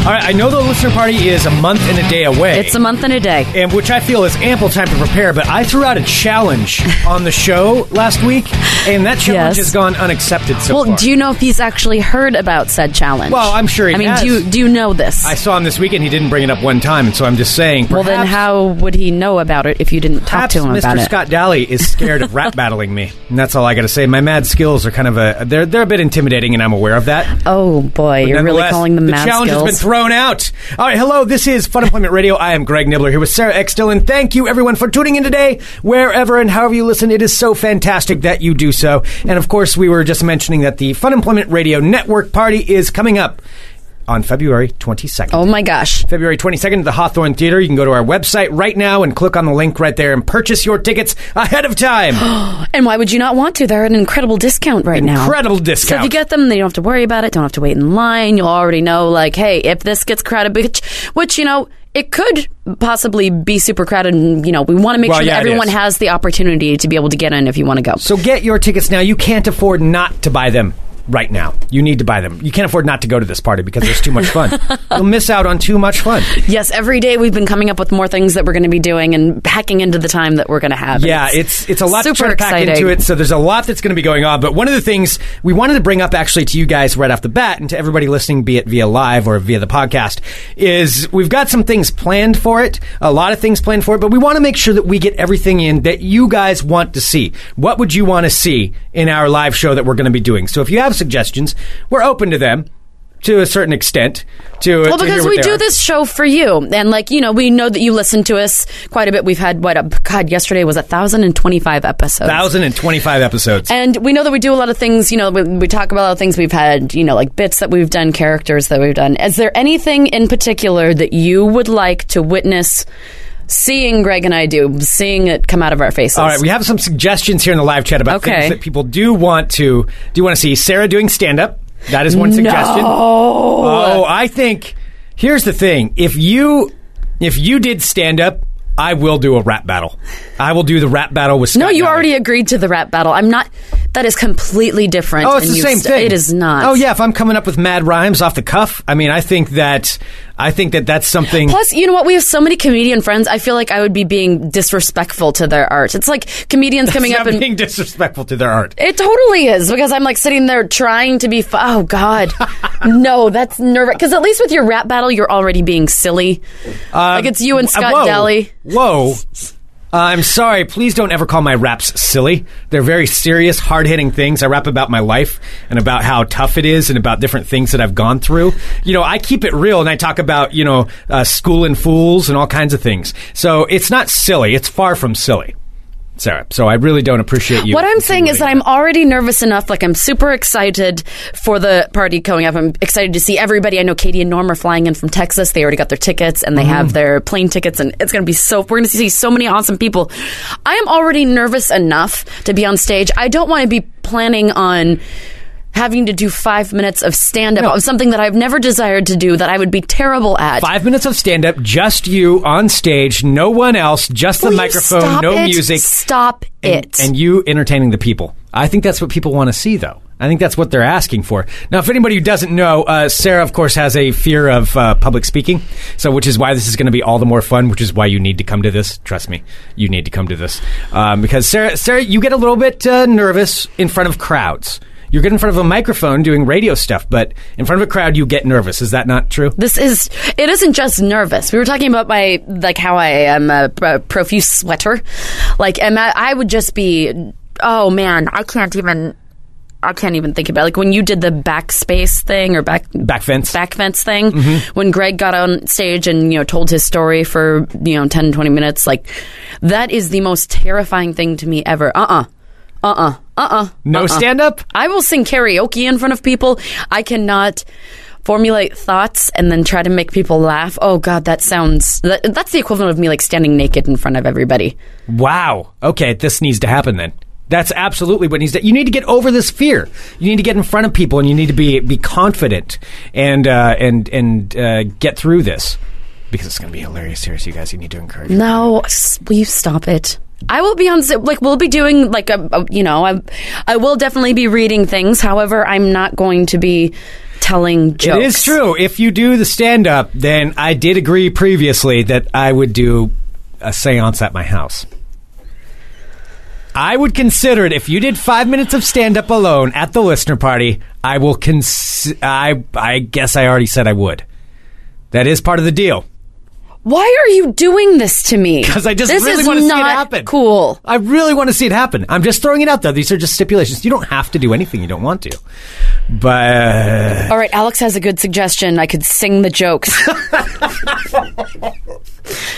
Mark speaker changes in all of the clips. Speaker 1: All right, I know the listener party is a month and a day away.
Speaker 2: It's a month and a day.
Speaker 1: and which I feel is ample time to prepare, but I threw out a challenge on the show last week, and that
Speaker 2: Yes.
Speaker 1: challenge has gone unaccepted so
Speaker 2: Well,
Speaker 1: far.
Speaker 2: do you know if he's actually heard about said challenge?
Speaker 1: Well, I'm sure he
Speaker 2: I mean,
Speaker 1: has.
Speaker 2: do you do you know this?
Speaker 1: I saw him this week, and he didn't bring it up one time, and so I'm just saying.
Speaker 2: well, then
Speaker 1: perhaps-
Speaker 2: how would he know about it if you didn't talk
Speaker 1: Perhaps
Speaker 2: to him
Speaker 1: Mr.
Speaker 2: about
Speaker 1: Scott Daly is scared of rap battling me, and that's all I got to say. My mad skills are kind of a they're they're a bit intimidating, and I'm aware of that.
Speaker 2: it? Oh boy, you're really
Speaker 1: Nonetheless,
Speaker 2: calling them
Speaker 1: the
Speaker 2: mad
Speaker 1: challenge
Speaker 2: skills.
Speaker 1: has been thrown out. All right, hello. This is Fun Employment Radio. I am Greg Nibbler here with Sarah X Dillon. Thank you, everyone, for tuning in today, wherever and however you listen. It is so fantastic that you do so. And of course, we were just mentioning that the Fun Employment Radio Network Party is coming up on February 22nd.
Speaker 2: oh my gosh.
Speaker 1: February 22nd at the Hawthorne Theater. You can go to our website right now and click on the link right there and purchase your tickets ahead of time.
Speaker 2: And why would you not want to? They're at an incredible discount right now.
Speaker 1: Incredible
Speaker 2: So if
Speaker 1: discount.
Speaker 2: you get them, then you don't have to worry about it. Don't have to wait in line. You'll already know, like, hey, if this gets crowded, which, which you know, it could possibly be super crowded. And, you know, we want to make
Speaker 1: Well,
Speaker 2: sure
Speaker 1: yeah, it
Speaker 2: that everyone
Speaker 1: is.
Speaker 2: has the opportunity to be able to get in if you want to go.
Speaker 1: So get your tickets now. You can't afford not to buy them right now. You need to buy them. You can't afford not to go to this party because there's too much fun. You'll miss out on too much fun.
Speaker 2: yes, every day we've been coming up with more things that we're going to be doing and packing into the time that we're going to have. And
Speaker 1: Yeah, it's it's a lot to
Speaker 2: super
Speaker 1: try to pack
Speaker 2: exciting.
Speaker 1: into it. So there's a lot that's going to be going on. But one of the things we wanted to bring up actually to you guys right off the bat and to everybody listening, be it via live or via the podcast, is we've got some things planned for it. A lot of things planned for it, but we want to make sure that we get everything in that you guys want to see. What would you want to see in our live show that we're going to be doing? So if you have suggestions, we're open to them. To a certain extent, to
Speaker 2: Well,
Speaker 1: to hear
Speaker 2: because
Speaker 1: what
Speaker 2: we
Speaker 1: they
Speaker 2: do
Speaker 1: are.
Speaker 2: this show for you, and like you know, we know that you listen to us quite a bit. We've had what? A, God, yesterday was a thousand and twenty-five episodes.
Speaker 1: thousand and twenty-five episodes.
Speaker 2: And we know that we do a lot of things, you know, we, we talk about a lot of things we've had, you know, like bits that we've done, characters that we've done. Is there anything in particular that you would like to witness seeing Greg and I do, seeing it come out of our faces?
Speaker 1: All right, we have some suggestions here in the live chat about
Speaker 2: Okay.
Speaker 1: things that people do want to do. Want to see Sarah doing stand up? That is one suggestion. Oh, I think here's the thing: if you if you did stand up, I will do a rap battle. I will do the rap battle with. Scott
Speaker 2: no, you
Speaker 1: Dowling.
Speaker 2: already agreed to the rap battle. I'm not. That is completely different.
Speaker 1: Oh, it's
Speaker 2: and
Speaker 1: the
Speaker 2: you
Speaker 1: same
Speaker 2: st-
Speaker 1: thing.
Speaker 2: It is not.
Speaker 1: Oh yeah, if I'm coming up with mad rhymes off the cuff, I mean, I think that I think that that's something.
Speaker 2: Plus, you know what? We have so many comedian friends. I feel like I would be being disrespectful to their art. It's like comedians coming
Speaker 1: Stop
Speaker 2: up and
Speaker 1: being disrespectful to their art.
Speaker 2: It totally is because I'm like sitting there trying to be. Fu- oh God, no, that's nerve. Because at least with your rap battle, you're already being silly. like it's you and Scott
Speaker 1: Um, uh, whoa,
Speaker 2: Daly.
Speaker 1: Whoa. Uh, I'm sorry. Please don't ever call my raps silly. They're very serious, hard hitting things. I rap about my life and about how tough it is and about different things that I've gone through. You know, I keep it real and I talk about, you know, uh, school and fools and all kinds of things. So it's not silly. It's far from silly, Sarah. So I really don't appreciate you.
Speaker 2: What I'm saying is that
Speaker 1: insinuating
Speaker 2: I'm already nervous enough. Like I'm super excited for the party coming up. I'm excited to see everybody. I know Katie and Norm are flying in from Texas. They already got their tickets and they
Speaker 1: Mm-hmm.
Speaker 2: have their plane tickets, and it's going to be so. We're going to see so many awesome people. I am already nervous enough to be on stage. I don't want to be planning on. Having to do five minutes of stand up
Speaker 1: No.
Speaker 2: of something that I've never desired to do that I would be terrible at.
Speaker 1: Five minutes of stand up, just you on stage, no one else, just
Speaker 2: Will
Speaker 1: the
Speaker 2: you
Speaker 1: microphone,
Speaker 2: stop
Speaker 1: no
Speaker 2: it?
Speaker 1: music.
Speaker 2: Stop
Speaker 1: and,
Speaker 2: it.
Speaker 1: and you entertaining the people. I think that's what people want to see, though. I think that's what they're asking for. Now, if anybody who doesn't know, uh, Sarah, of course, has a fear of uh, public speaking, so which is why this is going to be all the more fun. Which is why you need to come to this. Trust me, you need to come to this um, because Sarah, Sarah, you get a little bit uh, nervous in front of crowds. You get in front of a microphone doing radio stuff, but in front of a crowd, you get nervous. Is that not true?
Speaker 2: This is it isn't just nervous. We were talking about my like how I am a pr- profuse sweater. Like am I, I would just be oh man, I can't even I can't even think about it. like when you did the backspace thing or back
Speaker 1: Back fence. Mm-hmm.
Speaker 2: back fence thing when Greg got on stage and you know told his story for you know 10 20 minutes like that is the most terrifying thing to me ever. Uh-uh. Uh-uh. Uh-uh.
Speaker 1: No stand up.
Speaker 2: I will sing karaoke in front of people. I cannot formulate thoughts and then try to make people laugh. Oh God, that sounds that, that's the equivalent of me like standing naked in front of everybody.
Speaker 1: Wow. Okay, this needs to happen then. That's absolutely what needs to. You need to get over this fear. You need to get in front of people, and you need to be be confident and uh, and and uh, get through this because it's going to be hilarious. Seriously, you guys, you need to encourage.
Speaker 2: No, s- will you stop it? I will be on Zoom. Like, we'll be doing, like, a, a- you know, I, I will definitely be reading things. However, I'm not going to be telling jokes.
Speaker 1: It is true. If you do the stand up, then I did agree previously that I would do a seance at my house. I would consider it if you did five minutes of stand up alone at the listener party. I will cons- I I guess I already said I would. That is part of the deal.
Speaker 2: Why are you doing this to me?
Speaker 1: 'Cause I just
Speaker 2: this
Speaker 1: really
Speaker 2: is
Speaker 1: wanna see it
Speaker 2: not
Speaker 1: happen.
Speaker 2: Cool.
Speaker 1: I really want to see it happen. I'm just throwing it out there. These are just stipulations. You don't have to do anything you don't want to. But
Speaker 2: All right, Alex has a good suggestion. I could sing the jokes.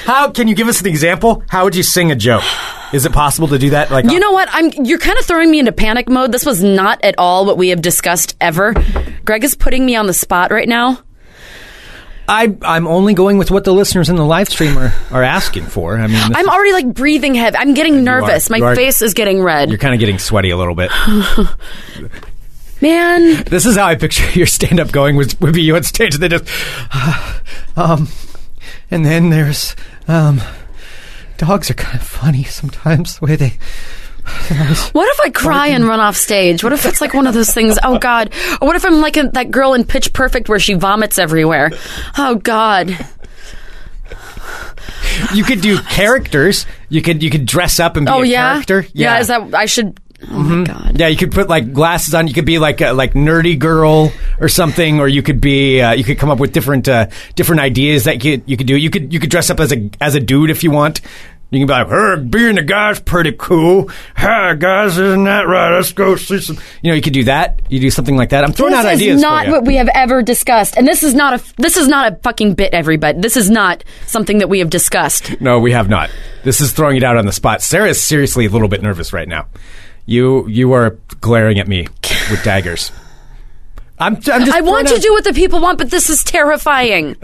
Speaker 1: how can you give us an example? How would you sing a joke? Is it possible to do that? Like
Speaker 2: you know what? I'm. You're kind of throwing me into panic mode. This was not at all what we have discussed ever. Greg is putting me on the spot right now.
Speaker 1: I I'm only going with what the listeners in the live stream are, are asking for. I mean, this
Speaker 2: I'm
Speaker 1: is-
Speaker 2: already like breathing heavy. I'm getting
Speaker 1: are.
Speaker 2: nervous.
Speaker 1: You
Speaker 2: My
Speaker 1: are.
Speaker 2: face is getting red.
Speaker 1: you're kind of getting sweaty a little bit.
Speaker 2: Man,
Speaker 1: this is how I picture your stand up going would, would be you on stage and they just um and then there's um dogs are kind of funny sometimes the way they
Speaker 2: what if I cry and run off stage? What if it's like one of those things? Oh God! Or what if I'm like a, that girl in Pitch Perfect where she vomits everywhere? Oh God!
Speaker 1: you could do characters. You could you could dress up and be
Speaker 2: Oh
Speaker 1: a
Speaker 2: yeah?
Speaker 1: character.
Speaker 2: yeah. Is that I should? Oh my God!
Speaker 1: Yeah, you could put like glasses on. You could be like a, like nerdy girl or something, or you could be uh, you could come up with different uh, different ideas that you, you could do. You could you could dress up as a as a dude if you want. You can be like, "Hey, being a guy's pretty cool. Hey, guys, isn't that right? Let's go see some." You know, you could do that. You do something like that. I'm throwing out
Speaker 2: this
Speaker 1: ideas.
Speaker 2: is
Speaker 1: for
Speaker 2: not
Speaker 1: ya.
Speaker 2: what we have ever discussed, and this is not a this is not a fucking bit, everybody. This is not something that we have discussed.
Speaker 1: No, we have not. This is throwing it out on the spot. Sarah is seriously a little bit nervous right now. You you are glaring at me with daggers. I'm, I'm just
Speaker 2: I want to
Speaker 1: throwing out-
Speaker 2: do what the people want, but this is terrifying.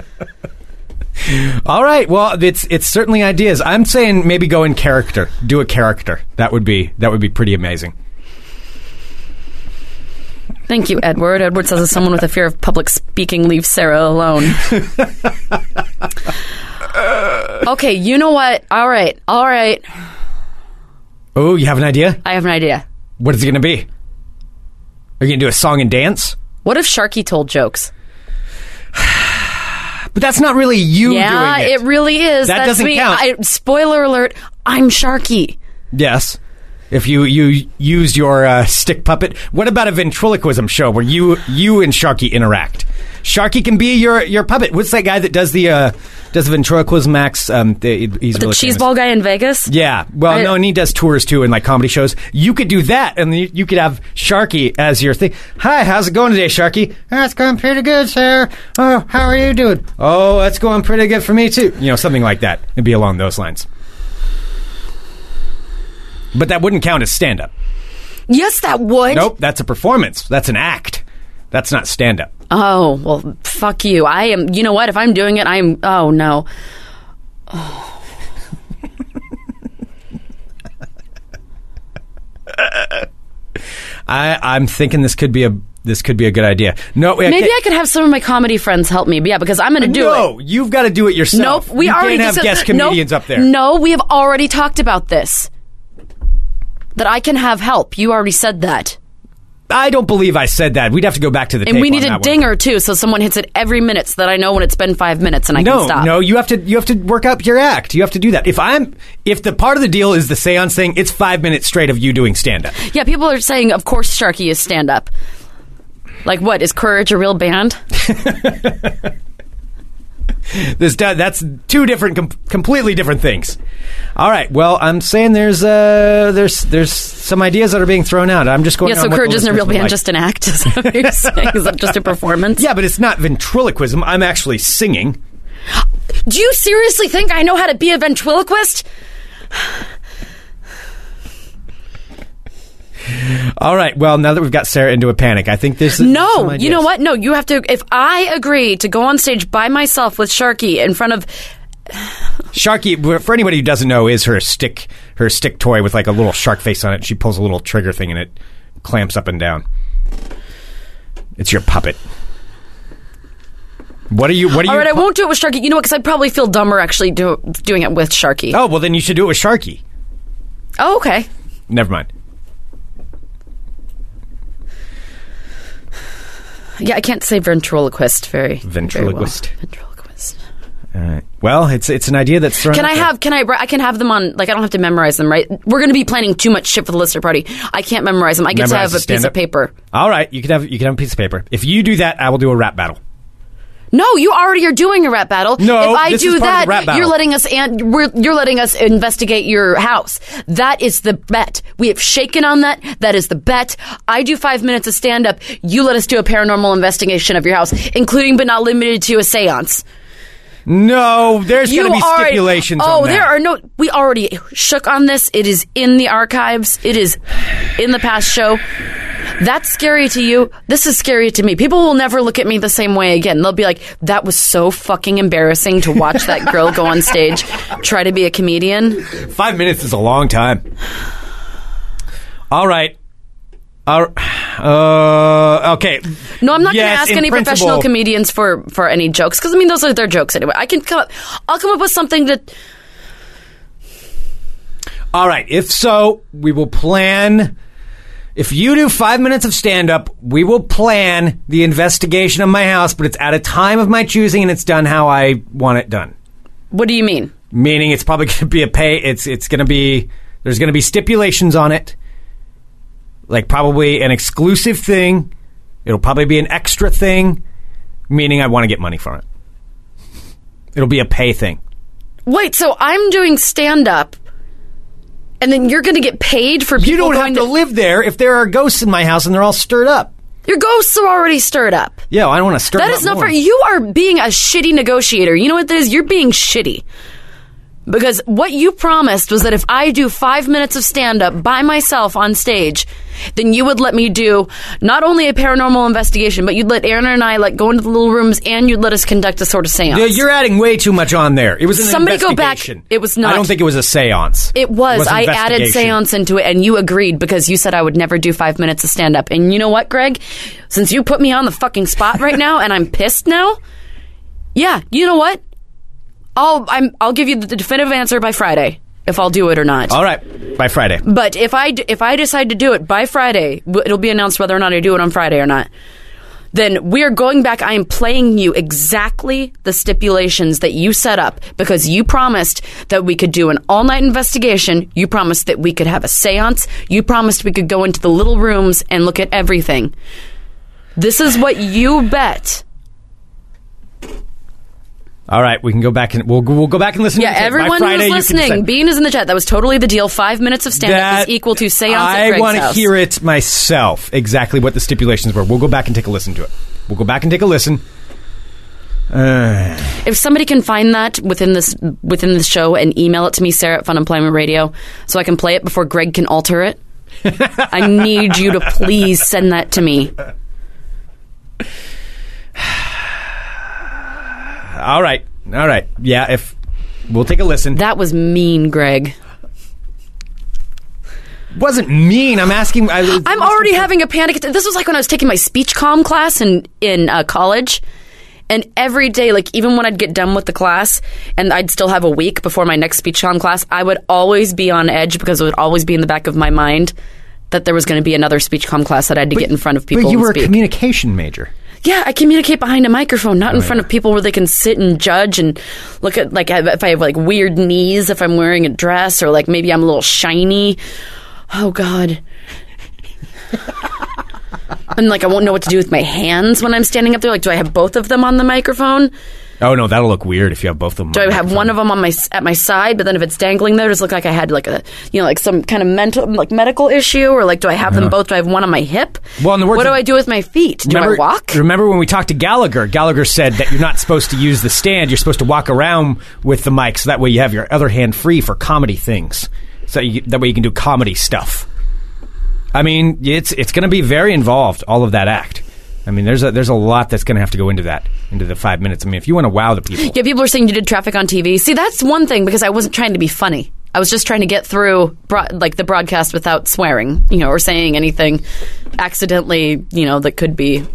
Speaker 1: All right. Well, it's it's certainly ideas. I'm saying maybe go in character. Do a character. That would be that would be pretty amazing.
Speaker 2: Thank you, Edward. Edward says, as someone with a fear of public speaking, leave Sarah alone. okay, you know what? All right, all right.
Speaker 1: Oh, you have an idea?
Speaker 2: I have an idea.
Speaker 1: What is it going to be? Are you going to do a song and dance?
Speaker 2: What if Sharky told jokes?
Speaker 1: But that's not really you
Speaker 2: yeah,
Speaker 1: doing it.
Speaker 2: it. really is.
Speaker 1: That
Speaker 2: That's
Speaker 1: doesn't
Speaker 2: me.
Speaker 1: count.
Speaker 2: I, spoiler alert: I'm Sharky.
Speaker 1: yes. If you you use your uh, stick puppet. What about a ventriloquism show where you you and Sharky interact? Sharky can be your your puppet. What's that guy that does the uh, does the ventriloquism acts? Um, the, he's
Speaker 2: The
Speaker 1: really
Speaker 2: cheese
Speaker 1: famous.
Speaker 2: ball guy in Vegas.
Speaker 1: Yeah. Well,
Speaker 2: I-
Speaker 1: no, and he does tours too and like comedy shows. You could do that, and you, you could have Sharky as your thing. Hi, how's it going today, Sharky? "Oh, It's going pretty good, sir. Oh, how are you doing? Oh, it's going pretty good for me too. You know, something like that. It'd be along those lines. But that wouldn't count as stand up.
Speaker 2: Yes, that would.
Speaker 1: Nope, that's a performance. That's an act. That's not stand up.
Speaker 2: Oh well, fuck you. I am. You know what? If I'm doing it, I'm. Oh no.
Speaker 1: I I'm thinking this could be a this could be a good idea. No, wait,
Speaker 2: Maybe I could have some of my comedy friends help me. Yeah, because I'm going to do it.
Speaker 1: No, you've got to do it yourself.
Speaker 2: Nope, we
Speaker 1: you
Speaker 2: already
Speaker 1: can't have
Speaker 2: dis-
Speaker 1: guest
Speaker 2: nope,
Speaker 1: comedians up there.
Speaker 2: No, we have already talked about this. That I can have help. You already said that.
Speaker 1: I don't believe I said that. We'd have to go back to the
Speaker 2: And
Speaker 1: tape
Speaker 2: we
Speaker 1: on
Speaker 2: need
Speaker 1: that
Speaker 2: a
Speaker 1: one.
Speaker 2: dinger too, so someone hits it every minute so that I know when it's been five minutes and I can
Speaker 1: No,
Speaker 2: stop.
Speaker 1: no, you have to you have to work up your act. You have to do that. If I'm if the part of the deal is the séance thing, it's 5 minutes straight of you doing stand up.
Speaker 2: Yeah, people are saying, of course Sharky is stand up. Like what, is Courage a real band?
Speaker 1: This do- that's two different com- completely different things. All right. Well, I'm saying there's uh there's there's some ideas that are being thrown out. I'm just going
Speaker 2: yeah,
Speaker 1: on
Speaker 2: so
Speaker 1: what the
Speaker 2: Courage isn't a real
Speaker 1: listeners would
Speaker 2: band,
Speaker 1: like.
Speaker 2: just an act. Is that what you're saying? Is that just a performance?
Speaker 1: Yeah, but it's not ventriloquism. I'm actually singing.
Speaker 2: Do you seriously think I know how to be a ventriloquist?
Speaker 1: All right. Well, now that we've got Sarah into a panic, I think this some
Speaker 2: No, you
Speaker 1: ideas.
Speaker 2: know what? No, you have to. If I agree to go on stage by myself with Sharky in front of
Speaker 1: Sharky, for anybody who doesn't know, is her stick her stick toy with like a little shark face on it. She pulls a little trigger thing and it clamps up and down. It's your puppet. What are you? What are you?
Speaker 2: All right, I won't do it with Sharky. You know what? Because I'd probably feel dumber actually do, doing it with Sharky.
Speaker 1: Oh well, then you should do it with Sharky.
Speaker 2: Oh, okay.
Speaker 1: Never mind.
Speaker 2: Yeah, I can't say ventriloquist very very well.
Speaker 1: Ventriloquist.
Speaker 2: Ventriloquist.
Speaker 1: All right. Well, it's it's an idea that's thrown.
Speaker 2: Can
Speaker 1: out
Speaker 2: I
Speaker 1: there.
Speaker 2: have? Can I? I can have them on. Like I don't have to memorize them, right? We're going to be planning too much shit for the listener party. I can't memorize them. I get
Speaker 1: Memorize
Speaker 2: to
Speaker 1: the
Speaker 2: have a piece
Speaker 1: stand-up?
Speaker 2: of paper.
Speaker 1: All right, you can have you can have a piece of paper. If you do that, I will do a rap battle.
Speaker 2: No, you already are doing a rap battle.
Speaker 1: No,
Speaker 2: if I
Speaker 1: this
Speaker 2: do
Speaker 1: is part of the
Speaker 2: that,
Speaker 1: rap battle.
Speaker 2: you're letting us and we're, you're letting us investigate your house. That is the bet. We have shaken on that. That is the bet. I do five minutes of stand up. You let us do a paranormal investigation of your house, including but not limited to a séance.
Speaker 1: No, there's
Speaker 2: You
Speaker 1: going to be
Speaker 2: already-
Speaker 1: stipulations.
Speaker 2: Oh,
Speaker 1: on that.
Speaker 2: there are no. We already shook on this. It is in the archives. It is in the past show. That's scary to you. This is scary to me. People will never look at me the same way again. They'll be like, "That was so fucking embarrassing to watch that girl go on stage, try to be a comedian."
Speaker 1: Five minutes is a long time. All right. All r- uh, okay.
Speaker 2: No, I'm not going
Speaker 1: Yes,
Speaker 2: to ask
Speaker 1: in
Speaker 2: any professional
Speaker 1: principle.
Speaker 2: comedians for for any jokes because I mean those are their jokes anyway. I can come up. I'll come up with something that.
Speaker 1: All right. If so, we will plan. If you do five minutes of stand up, we will plan the investigation of my house, but it's at a time of my choosing and it's done how I want it done.
Speaker 2: What do you mean?
Speaker 1: Meaning it's probably going to be a pay. It's, it's going to be, there's going to be stipulations on it. Like probably an exclusive thing. It'll probably be an extra thing, meaning I want to get money for it. It'll be a pay thing.
Speaker 2: Wait, so I'm doing stand up, and then you're going to get paid for people
Speaker 1: You don't have
Speaker 2: going
Speaker 1: to live there if there are ghosts in my house and they're all stirred up.
Speaker 2: Your ghosts are already stirred up.
Speaker 1: Yeah, I don't want to stir.
Speaker 2: That
Speaker 1: them
Speaker 2: is
Speaker 1: up
Speaker 2: not
Speaker 1: more.
Speaker 2: fair. You are being a shitty negotiator. You know what that is? You're being shitty. Because what you promised was that if I do five minutes of stand up by myself on stage, then you would let me do not only a paranormal investigation, but you'd let Aaron and I like go into the little rooms and you'd let us conduct a sort of seance.
Speaker 1: Yeah, you're adding way too much on there. It was an
Speaker 2: Somebody go back.
Speaker 1: investigation.
Speaker 2: It was not.
Speaker 1: I don't think it was a séance.
Speaker 2: It was. I added
Speaker 1: investigation.
Speaker 2: seance into it, and you agreed because you said I would never do five minutes of stand up. And you know what, Greg? Since you put me on the fucking spot right now, and I'm pissed now. Yeah, you know what? I'll I'm I'll give you the definitive answer by Friday if I'll do it or not.
Speaker 1: All right, by Friday.
Speaker 2: But if I d- if I decide to do it by Friday, w- it'll be announced whether or not I do it on Friday or not. Then we are going back. I am playing you exactly the stipulations that you set up because you promised that we could do an all night investigation. You promised that we could have a seance. You promised we could go into the little rooms and look at everything. This is what you bet.
Speaker 1: All right, we can go back and we'll we'll go back and listen.
Speaker 2: Yeah,
Speaker 1: to the tape. By
Speaker 2: everyone
Speaker 1: Friday, you
Speaker 2: who's
Speaker 1: can
Speaker 2: listening,
Speaker 1: decide.
Speaker 2: Bean is in the chat. That was totally the deal. Five minutes of stand up is equal to seance at
Speaker 1: I
Speaker 2: Greg's
Speaker 1: wanna
Speaker 2: house.
Speaker 1: hear it myself. Exactly what the stipulations were. We'll go back and take a listen to it. We'll go back and take a listen.
Speaker 2: If somebody can find that within this within the show and email it to me, Sarah at Fun Employment Radio, so I can play it before Greg can alter it. I need you to please send that to me.
Speaker 1: All right, all right. Yeah, if we'll take a listen.
Speaker 2: That was mean, Greg.
Speaker 1: wasn't mean. I'm asking. I,
Speaker 2: I'm already having a panic attack. This was like when I was taking my speech comm class in in uh, college, and every day, like even when I'd get done with the class, and I'd still have a week before my next speech comm class, I would always be on edge because it would always be in the back of my mind that there was going to be another speech comm class that I had to get in front of people.
Speaker 1: But you
Speaker 2: and
Speaker 1: were
Speaker 2: speak.
Speaker 1: a communication major.
Speaker 2: Yeah, I communicate behind a microphone, not in front of people where they can sit and judge and look at like if I have like weird knees, if I'm wearing a dress, or like maybe I'm a little shiny. Oh God. and like I won't know what to do with my hands when I'm standing up there. Like, do I have both of them on the microphone?
Speaker 1: Oh no, that'll look weird if you have both of them.
Speaker 2: Do I have one of them on my at my side? But then if it's dangling there, does it look like I had like a you know like some kind of mental like medical issue, or like do I have them both? Do I have one on my hip?
Speaker 1: Uh-huh. Well, in the words
Speaker 2: what do
Speaker 1: of-
Speaker 2: I do with my feet? Do
Speaker 1: Remember,
Speaker 2: I walk?
Speaker 1: Remember when we talked to Gallagher? Gallagher said that you're not supposed to use the stand. You're supposed to walk around with the mic, so that way you have your other hand free for comedy things. So you, that way you can do comedy stuff. I mean, it's it's going to be very involved. All of that act. I mean, there's a, there's a lot that's going to have to go into that, into the five minutes. I mean, if you want to wow the people,
Speaker 2: Yeah, people are saying you did traffic on TV. See, that's one thing because I wasn't trying to be funny. I was just trying to get through broad, like the broadcast without swearing, you know, or saying anything accidentally, you know, that could be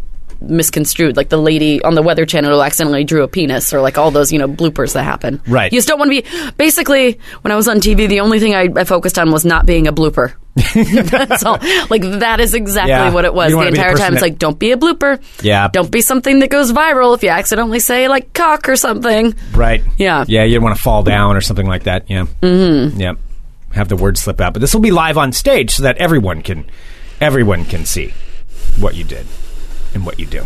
Speaker 2: misconstrued. Like the lady on the Weather Channel who accidentally drew a penis, or like all those, you know, bloopers that happen.
Speaker 1: Right.
Speaker 2: You just don't want to be. Basically, when I was on TV, the only thing I, I focused on was not being a blooper. That's all. Like that is exactly
Speaker 1: Yeah.
Speaker 2: what it was
Speaker 1: You
Speaker 2: the
Speaker 1: wanna be the
Speaker 2: entire
Speaker 1: person
Speaker 2: time. It's
Speaker 1: that-
Speaker 2: like don't be a blooper.
Speaker 1: Yeah.
Speaker 2: Don't be something that goes viral if you accidentally say like cock or something.
Speaker 1: right?
Speaker 2: Yeah.
Speaker 1: yeah, you want to fall down or something like that. Yeah, mm-hmm. yeah, have the word slip out. But this will be live on stage so that everyone can, everyone can see what you did and what you do.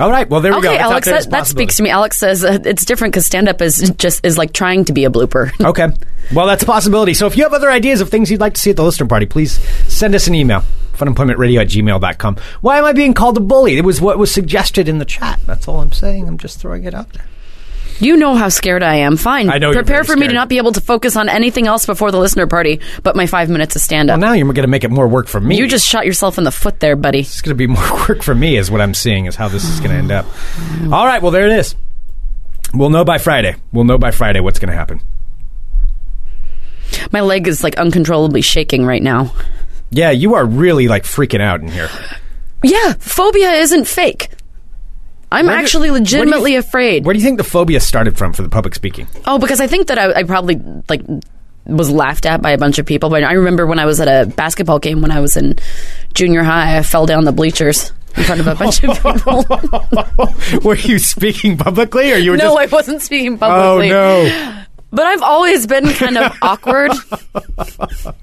Speaker 1: All right, well there we go.
Speaker 2: Okay,
Speaker 1: It's out
Speaker 2: Alex,
Speaker 1: there as
Speaker 2: that, that
Speaker 1: possibility.
Speaker 2: speaks to me. Alex says uh, it's different because stand up is just is like trying to be a blooper.
Speaker 1: Okay. Well, that's a possibility. So if you have other ideas of things you'd like to see at the listener party, please send us an email. Funemploymentradio at gmail.com. Why am I being called a bully? It was what was suggested in the chat. That's all I'm saying. I'm just throwing it out there.
Speaker 2: you know how scared I am. Fine,
Speaker 1: I know you're
Speaker 2: Prepare
Speaker 1: very
Speaker 2: for me to
Speaker 1: scared.
Speaker 2: not be able to focus on anything else before the listener party, but my five minutes of stand
Speaker 1: Well,
Speaker 2: up.
Speaker 1: now you're going to make it more work for me.
Speaker 2: you just shot yourself in the foot there, buddy.
Speaker 1: It's going to be more work for me, is what I'm seeing, is how this is going to end up. All right. Well, there it is. We'll know by Friday. We'll know by Friday what's going to happen.
Speaker 2: My leg is like uncontrollably shaking right now.
Speaker 1: Yeah, you are really like freaking out in here.
Speaker 2: Yeah, phobia isn't fake. I'm
Speaker 1: Where do-
Speaker 2: actually
Speaker 1: where do you-
Speaker 2: legitimately afraid.
Speaker 1: Where do you think the phobia started from for the public speaking?
Speaker 2: Oh, because I think that I, I probably like was laughed at by a bunch of people. But I remember when I was at a basketball game when I was in junior high, I fell down the bleachers in front of a bunch of people.
Speaker 1: were you speaking publicly or you were
Speaker 2: no,
Speaker 1: just.
Speaker 2: I wasn't speaking
Speaker 1: Oh
Speaker 2: publicly.
Speaker 1: no!
Speaker 2: But I've always been kind of awkward. I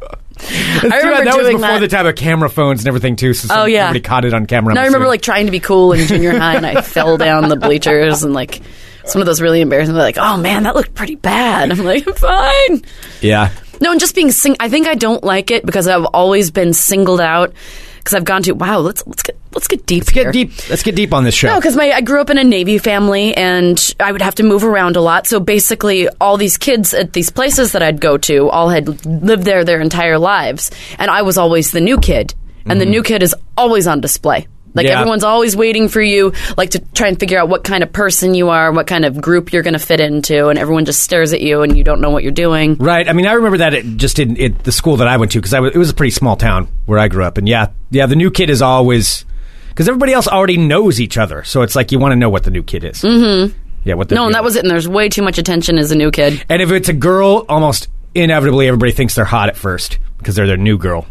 Speaker 1: Yeah,
Speaker 2: remember
Speaker 1: that
Speaker 2: doing
Speaker 1: was before
Speaker 2: that.
Speaker 1: the time of camera phones and everything too. So some-
Speaker 2: Oh, yeah.
Speaker 1: somebody caught it on camera.
Speaker 2: And I
Speaker 1: I'm
Speaker 2: remember
Speaker 1: assuming.
Speaker 2: like trying to be cool in junior high, and I fell down the bleachers, and like it's one of those really embarrassing. Like, oh man, that looked pretty bad. I'm like, fine.
Speaker 1: yeah,
Speaker 2: No, and just being sing. I think I don't like it because I've always been singled out. Because I've gone to wow. Let's let's get let's get deep.
Speaker 1: let's
Speaker 2: here.
Speaker 1: get deep. Let's get deep on this show.
Speaker 2: No, because my I grew up in a Navy family, and I would have to move around a lot. So basically, all these kids at these places that I'd go to all had lived there their entire lives, and I was always the new kid, and the new kid is always on display. Like
Speaker 1: Mm-hmm. Yeah.
Speaker 2: everyone's always waiting for you, like to try and figure out what kind of person you are, what kind of group you're going to fit into, and everyone just stares at you, and you don't know what you're doing.
Speaker 1: Right. I mean, I remember that it just in it, the school that I went to because it was a pretty small town where I grew up, and yeah, yeah, the new kid is always because everybody else already knows each other, so it's like you want to know what the new kid is. Mm-hmm. Yeah, what? The
Speaker 2: No, and that was it. And there's way too much attention as a new kid.
Speaker 1: And if it's a girl, almost inevitably everybody thinks they're hot at first because they're their new girl.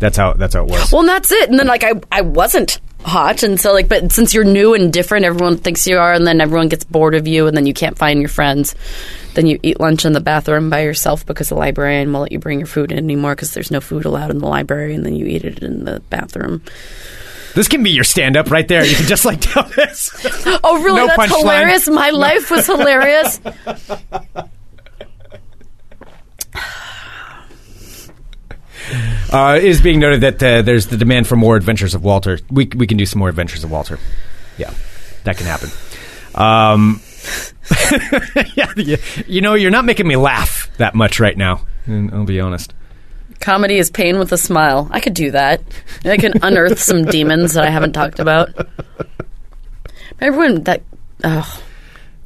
Speaker 1: That's how. That's how it was.
Speaker 2: Well, and that's it. And then like I, I wasn't hot, and so like, but since you're new and different, everyone thinks you are, and then everyone gets bored of you, and then you can't find your friends. Then you eat lunch in the bathroom by yourself because the librarian won't let you bring your food in anymore because there's no food allowed in the library, and then you eat it in the bathroom.
Speaker 1: This can be your stand-up right there. You can just like tell this.
Speaker 2: Oh, really?
Speaker 1: No
Speaker 2: that's
Speaker 1: punchline.
Speaker 2: hilarious. My life was hilarious.
Speaker 1: Uh, it is being noted that uh, there's the demand for more Adventures of Walter. We, we can do some more Adventures of Walter. Yeah, that can happen. Um, yeah, yeah. you know, you're not making me laugh that much right now. and I'll be honest.
Speaker 2: Comedy is pain with a smile. I could do that. I can unearth some demons that I haven't talked about. Remember when that? Oh.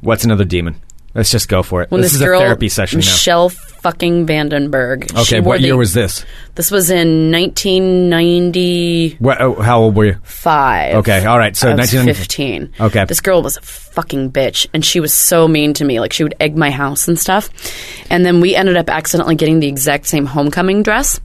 Speaker 1: What's another demon? Let's just go for it.
Speaker 2: when
Speaker 1: this,
Speaker 2: this,
Speaker 1: is
Speaker 2: girl,
Speaker 1: a therapy session
Speaker 2: Michelle fucking Vandenberg.
Speaker 1: now. Okay,
Speaker 2: she wore
Speaker 1: what year
Speaker 2: the-
Speaker 1: was this?
Speaker 2: this? Was in 1995.
Speaker 1: What, oh, how old were you? Okay, all right. So
Speaker 2: I was
Speaker 1: 1995.
Speaker 2: 15.
Speaker 1: Okay.
Speaker 2: This girl was a fucking bitch, and she was so mean to me. Like, she would egg my house and stuff. And then we ended up accidentally getting the exact same homecoming dress.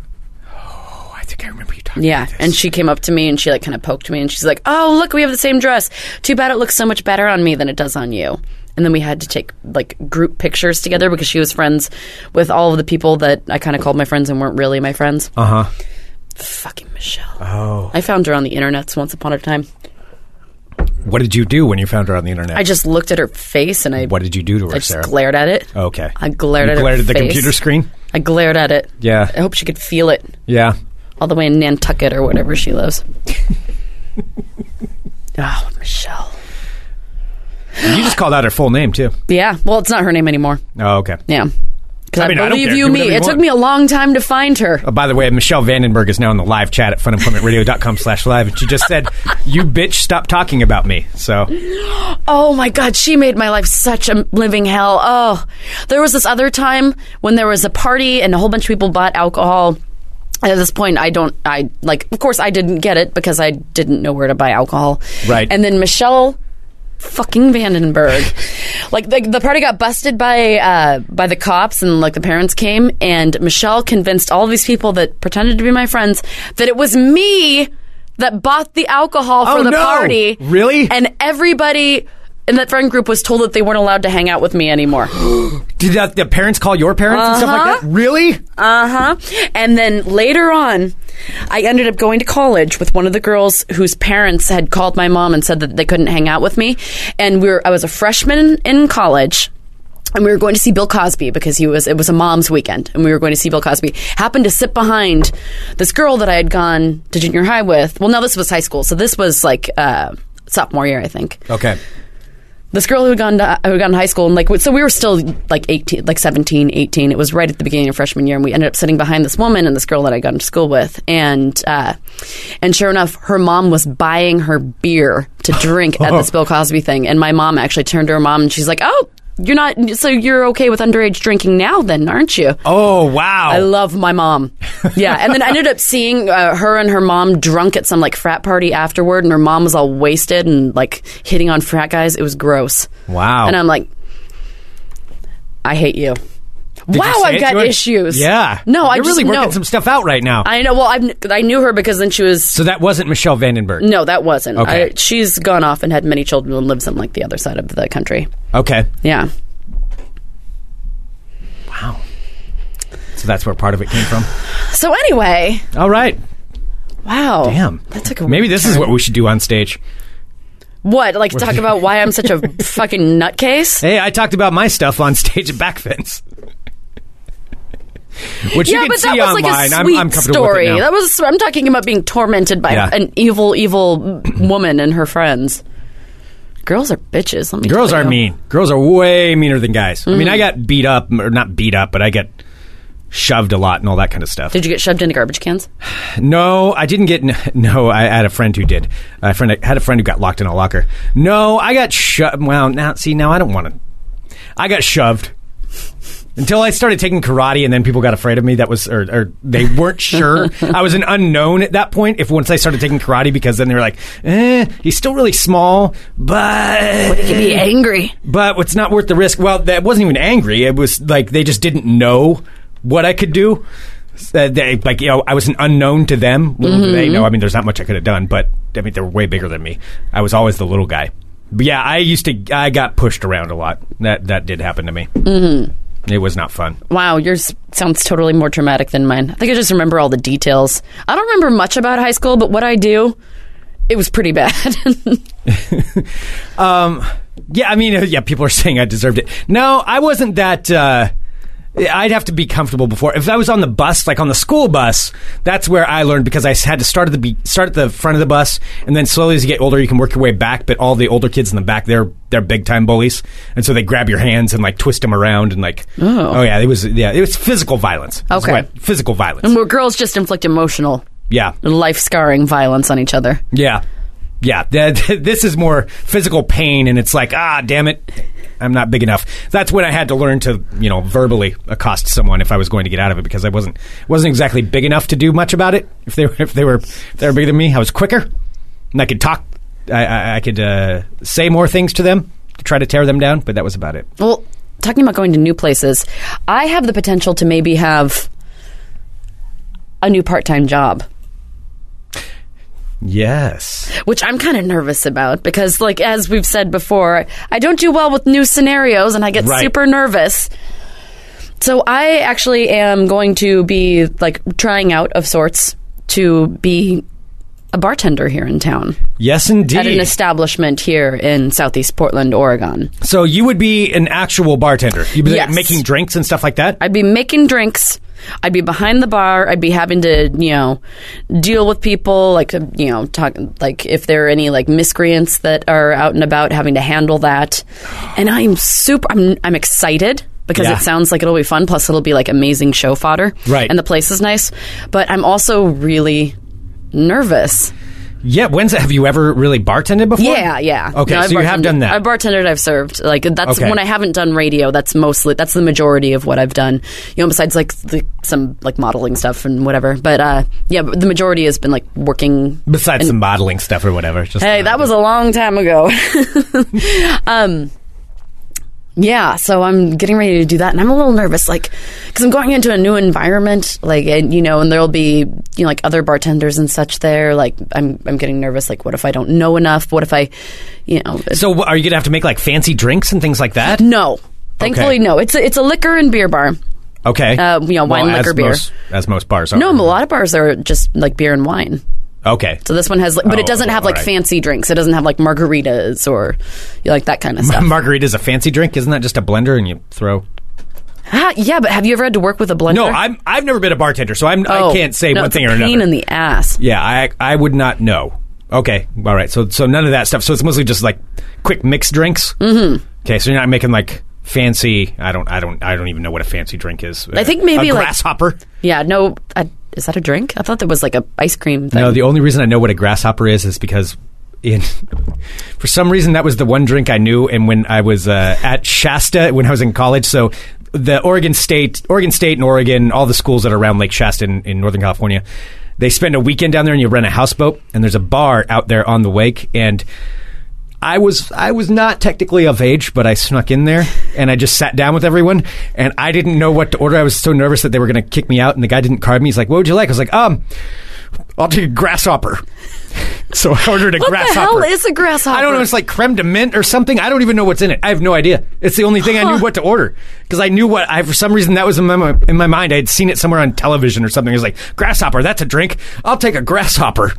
Speaker 1: Oh, I think I remember you talking.
Speaker 2: Yeah.
Speaker 1: about this.
Speaker 2: And she came up to me and she, like, kind of poked me, and she's like, Oh, look, we have the same dress. Too bad it looks so much better on me than it does on you. And then we had to take, like, group pictures together because she was friends with all of the people that I kind of called my friends and weren't really my friends.
Speaker 1: Uh huh.
Speaker 2: Fucking Michelle. Oh. I found her on the internets once upon a time.
Speaker 1: What did you do when you found her on the internet?
Speaker 2: I just looked at her face and I,
Speaker 1: what did you do to her,
Speaker 2: I just
Speaker 1: Sarah?
Speaker 2: glared at it.
Speaker 1: okay.
Speaker 2: I glared
Speaker 1: You
Speaker 2: at her
Speaker 1: glared at the
Speaker 2: face. Oh.
Speaker 1: computer screen.
Speaker 2: I glared at it.
Speaker 1: Yeah.
Speaker 2: I hope she could feel it
Speaker 1: Yeah.
Speaker 2: all the way in Nantucket or whatever she lives. oh, Michelle.
Speaker 1: You just called out her full name too.
Speaker 2: Yeah. Well, it's not her name anymore.
Speaker 1: Oh, okay.
Speaker 2: Yeah. Because I,
Speaker 1: mean, I don't
Speaker 2: believe
Speaker 1: care.
Speaker 2: you
Speaker 1: Do
Speaker 2: me.
Speaker 1: whatever you
Speaker 2: it took
Speaker 1: want.
Speaker 2: me a long time to find her.
Speaker 1: Oh, by the way, Michelle Vandenberg is now in the live chat at funemploymentradio.com slash live, and she just said, you bitch, stop talking about me. So,
Speaker 2: Oh my God, she made my life such a living hell. Oh, there was this other time when there was a party and a whole bunch of people bought alcohol. And At this point, I don't, I like, of course, I didn't get it because I didn't know where to buy alcohol.
Speaker 1: Right.
Speaker 2: And then Michelle fucking Vandenberg. like the, the party got busted by uh, by the cops and like the parents came and Michelle convinced all these people that pretended to be my friends that it was me that bought the alcohol for
Speaker 1: Oh,
Speaker 2: the
Speaker 1: no.
Speaker 2: party.
Speaker 1: Really?
Speaker 2: And everybody in that friend group was told that they weren't allowed to hang out with me anymore.
Speaker 1: did that, the parents call your parents and stuff like
Speaker 2: Uh-huh.
Speaker 1: that? Really?
Speaker 2: Uh huh. And then later on, I ended up going to college with one of the girls whose parents had called my mom and said that they couldn't hang out with me. And we were, I was a freshman in college. And we were going to see Bill Cosby because he was it was a mom's weekend, and we were going to see Bill Cosby. Happened to sit behind this girl that I had gone to junior high with. Well, no, this was high school, so this was like uh, sophomore year, I think
Speaker 1: Okay.
Speaker 2: this girl who had gone to who had gone to high school and like so we were still like 18 like 17 18 it was right at the beginning of freshman year and we ended up sitting behind this woman and this girl that i got into school with and uh, and sure enough her mom was buying her beer to drink at this bill cosby thing and my mom actually turned to her mom and she's like oh you're not so you're okay with underage drinking now then aren't you
Speaker 1: Oh, wow.
Speaker 2: I love my mom. Yeah, and then I ended up seeing uh, her and her mom drunk at some like frat party afterward, and her mom was all wasted and like hitting on frat guys. It was gross.
Speaker 1: Wow.
Speaker 2: And I'm like, I hate you.
Speaker 1: Did
Speaker 2: wow,
Speaker 1: you say
Speaker 2: I've
Speaker 1: it
Speaker 2: got
Speaker 1: to her?
Speaker 2: issues.
Speaker 1: Yeah.
Speaker 2: No,
Speaker 1: You're
Speaker 2: I just
Speaker 1: really working
Speaker 2: no.
Speaker 1: some stuff out right now.
Speaker 2: I know. Well, I I knew her because then she was.
Speaker 1: so that wasn't Michelle Vandenberg.
Speaker 2: No, that wasn't.
Speaker 1: Okay.
Speaker 2: I, she's gone off and had many children and lives on like the other side of the country.
Speaker 1: Okay.
Speaker 2: Yeah.
Speaker 1: Wow. So that's where part of it came from.
Speaker 2: So anyway,
Speaker 1: All right.
Speaker 2: wow.
Speaker 1: Damn.
Speaker 2: That took a
Speaker 1: Maybe this is what we should do on stage.
Speaker 2: What? Like talk about why I'm such a fucking nutcase?
Speaker 1: Hey, I talked about my stuff on stage at Backfence. Which
Speaker 2: yeah,
Speaker 1: you can
Speaker 2: but
Speaker 1: see
Speaker 2: that was
Speaker 1: online.
Speaker 2: like a
Speaker 1: I'm-
Speaker 2: sweet
Speaker 1: I'm, comfortable
Speaker 2: story.
Speaker 1: with it now.
Speaker 2: That was. I'm talking about being tormented by
Speaker 1: Yeah.
Speaker 2: an evil, evil woman and her friends. Girls are bitches. Let me.
Speaker 1: Girls
Speaker 2: tell
Speaker 1: are
Speaker 2: you.
Speaker 1: mean. Girls are way meaner than guys. I
Speaker 2: Mm.
Speaker 1: mean, I got beat up, or not beat up, but I got shoved a lot and all that kind of stuff.
Speaker 2: Did you get shoved into garbage cans?
Speaker 1: No, I didn't get. No, I had a friend who did. A friend I had a friend who got locked in a locker. No, I got shoved. Well, now see, now I don't want to. I got shoved until I started taking karate, and then people got afraid of me. That was, or, or they weren't sure. I was an unknown at that point. If once I started taking karate, because then they were like, "Eh, he's still really small, but."
Speaker 2: Be angry.
Speaker 1: But what's not worth the risk? Well, that wasn't even angry. It was like they just didn't know what I could do. Uh, they, like you know, I was an unknown to them. Little did They know. I mean, there's not much I could have done, but I mean, they were way bigger than me. I was always the little guy. But yeah, I used to. I got pushed around a lot. That that did happen to me. Mm-hmm. It was not fun.
Speaker 2: Wow, yours sounds totally more traumatic than mine. I think I just remember all the details. I don't remember much about high school, but what I do, it was pretty bad.
Speaker 1: Yeah, I mean, uh, yeah, people are saying I deserved it. No, I wasn't that. Uh, I'd have to be comfortable before. If I was on the bus, like on the school bus, that's where I learned because I s- had to start at the be- start at the front of the bus, and then slowly as you get older, you can work your way back. But all the older kids in the back, they're they're big time bullies, and so they grab your hands and like twist them around and like. Oh, yeah, it was yeah, it was physical violence. It was
Speaker 2: Okay.
Speaker 1: what- physical violence.
Speaker 2: Where girls just inflict emotional,
Speaker 1: yeah,
Speaker 2: life scarring violence on each other.
Speaker 1: yeah, yeah. Th- This is more physical pain, and it's like, ah, damn it, I'm not big enough. That's when I had to learn to, you know, verbally accost someone if I was going to get out of it because I wasn't wasn't exactly big enough to do much about it. If they were if they were if they were bigger than me, I was quicker, and I could talk. I, I, I could uh, say more things to them to try to tear them down, but that was about it.
Speaker 2: Well, talking about going to new places, I have the potential to maybe have a new part time job,
Speaker 1: Yes.
Speaker 2: which I'm kind of nervous about because, like, as we've said before, I don't do well with new scenarios and I get
Speaker 1: Right.
Speaker 2: super nervous. So I actually am going to be, like, trying out of sorts to be a bartender here in town
Speaker 1: Yes, indeed.
Speaker 2: at an establishment here in Southeast Portland, Oregon.
Speaker 1: so you would be an actual bartender. You'd be like,
Speaker 2: Yes.
Speaker 1: making drinks and stuff like that.
Speaker 2: I'd be making drinks. I'd be behind the bar. I'd be having to, you know, deal with people, like, uh, you know, talk, like if there are any like miscreants that are out and about, having to handle that. And I'm super, I'm, I'm excited. because
Speaker 1: Yeah.
Speaker 2: it sounds like it'll be fun. Plus, it'll be like amazing show fodder.
Speaker 1: Right.
Speaker 2: And the place is nice. But I'm also really nervous.
Speaker 1: Yeah, when's that? Have you ever really bartended before?
Speaker 2: Yeah, yeah.
Speaker 1: Okay,
Speaker 2: No, I've
Speaker 1: so you have
Speaker 2: bartended-
Speaker 1: done that.
Speaker 2: I've bartended. I've served. Like that's
Speaker 1: Okay.
Speaker 2: when I haven't done radio. That's mostly that's the majority of what I've done. You know, besides like the, some like modeling stuff and whatever. But uh, yeah, but the majority has been like working.
Speaker 1: Besides some modeling stuff or whatever. Just uh,
Speaker 2: Hey, that was a long time ago. um, yeah, so I'm getting ready to do that, and I'm a little nervous, like, because I'm going into a new environment, like, and you know, and there'll be you know like other bartenders and such there. Like, I'm I'm getting nervous. Like, what if I don't know enough? What if I, you know,
Speaker 1: So wh- are you gonna have to make like fancy drinks and things like that?
Speaker 2: No, thankfully, no. It's a, it's a liquor and beer bar.
Speaker 1: Okay.
Speaker 2: Uh, you know, wine,
Speaker 1: well,
Speaker 2: liquor,
Speaker 1: as
Speaker 2: beer.
Speaker 1: Most, as most bars are.
Speaker 2: No, a lot of bars are just like beer and wine.
Speaker 1: Okay.
Speaker 2: So this one has, like, but
Speaker 1: Oh,
Speaker 2: it doesn't have like
Speaker 1: alright.
Speaker 2: fancy drinks. It doesn't have like margaritas or you know, like that kind of stuff.
Speaker 1: Margarita's a fancy drink, isn't that just a blender and you throw?
Speaker 2: Ah, yeah, but have you ever had to work with a blender?
Speaker 1: No, I'm I've never been a bartender, so I'm I
Speaker 2: Oh,
Speaker 1: can't say
Speaker 2: no,
Speaker 1: one
Speaker 2: it's a
Speaker 1: thing or another.
Speaker 2: Pain in the ass.
Speaker 1: yeah, I I would not know. Okay, all right. So so none of that stuff. So it's mostly just like quick mixed drinks. Mm-hmm. Okay, so you're not making like fancy. I don't I don't I don't even know what a fancy drink is. I
Speaker 2: think maybe,
Speaker 1: a
Speaker 2: like-
Speaker 1: grasshopper.
Speaker 2: Yeah, no. I, is that a drink? I thought there was like a ice cream thing.
Speaker 1: No, the only reason I know what a grasshopper is is because in for some reason that was the one drink I knew. And when I was uh, at Shasta when I was in college, so the Oregon State, Oregon State, and Oregon, all the schools that are around Lake Shasta in, in Northern California, they spend a weekend down there and you rent a houseboat. And there's a bar out there on the lake and. I was I was not technically of age, but I snuck in there and I just sat down with everyone and I didn't know what to order. I was so nervous that they were going to kick me out and the guy didn't card me. He's like, "What would you like?" I was like, "Um, I'll take a grasshopper." so I ordered a
Speaker 2: what the
Speaker 1: grasshopper.
Speaker 2: hell is a grasshopper?
Speaker 1: I don't know. It's like creme de mint or something. I don't even know what's in it. I have no idea. It's the only thing I knew what to order because I knew what I for some reason that was in my in my mind. I had seen it somewhere on television or something. It was like grasshopper. That's a drink. I'll take a grasshopper.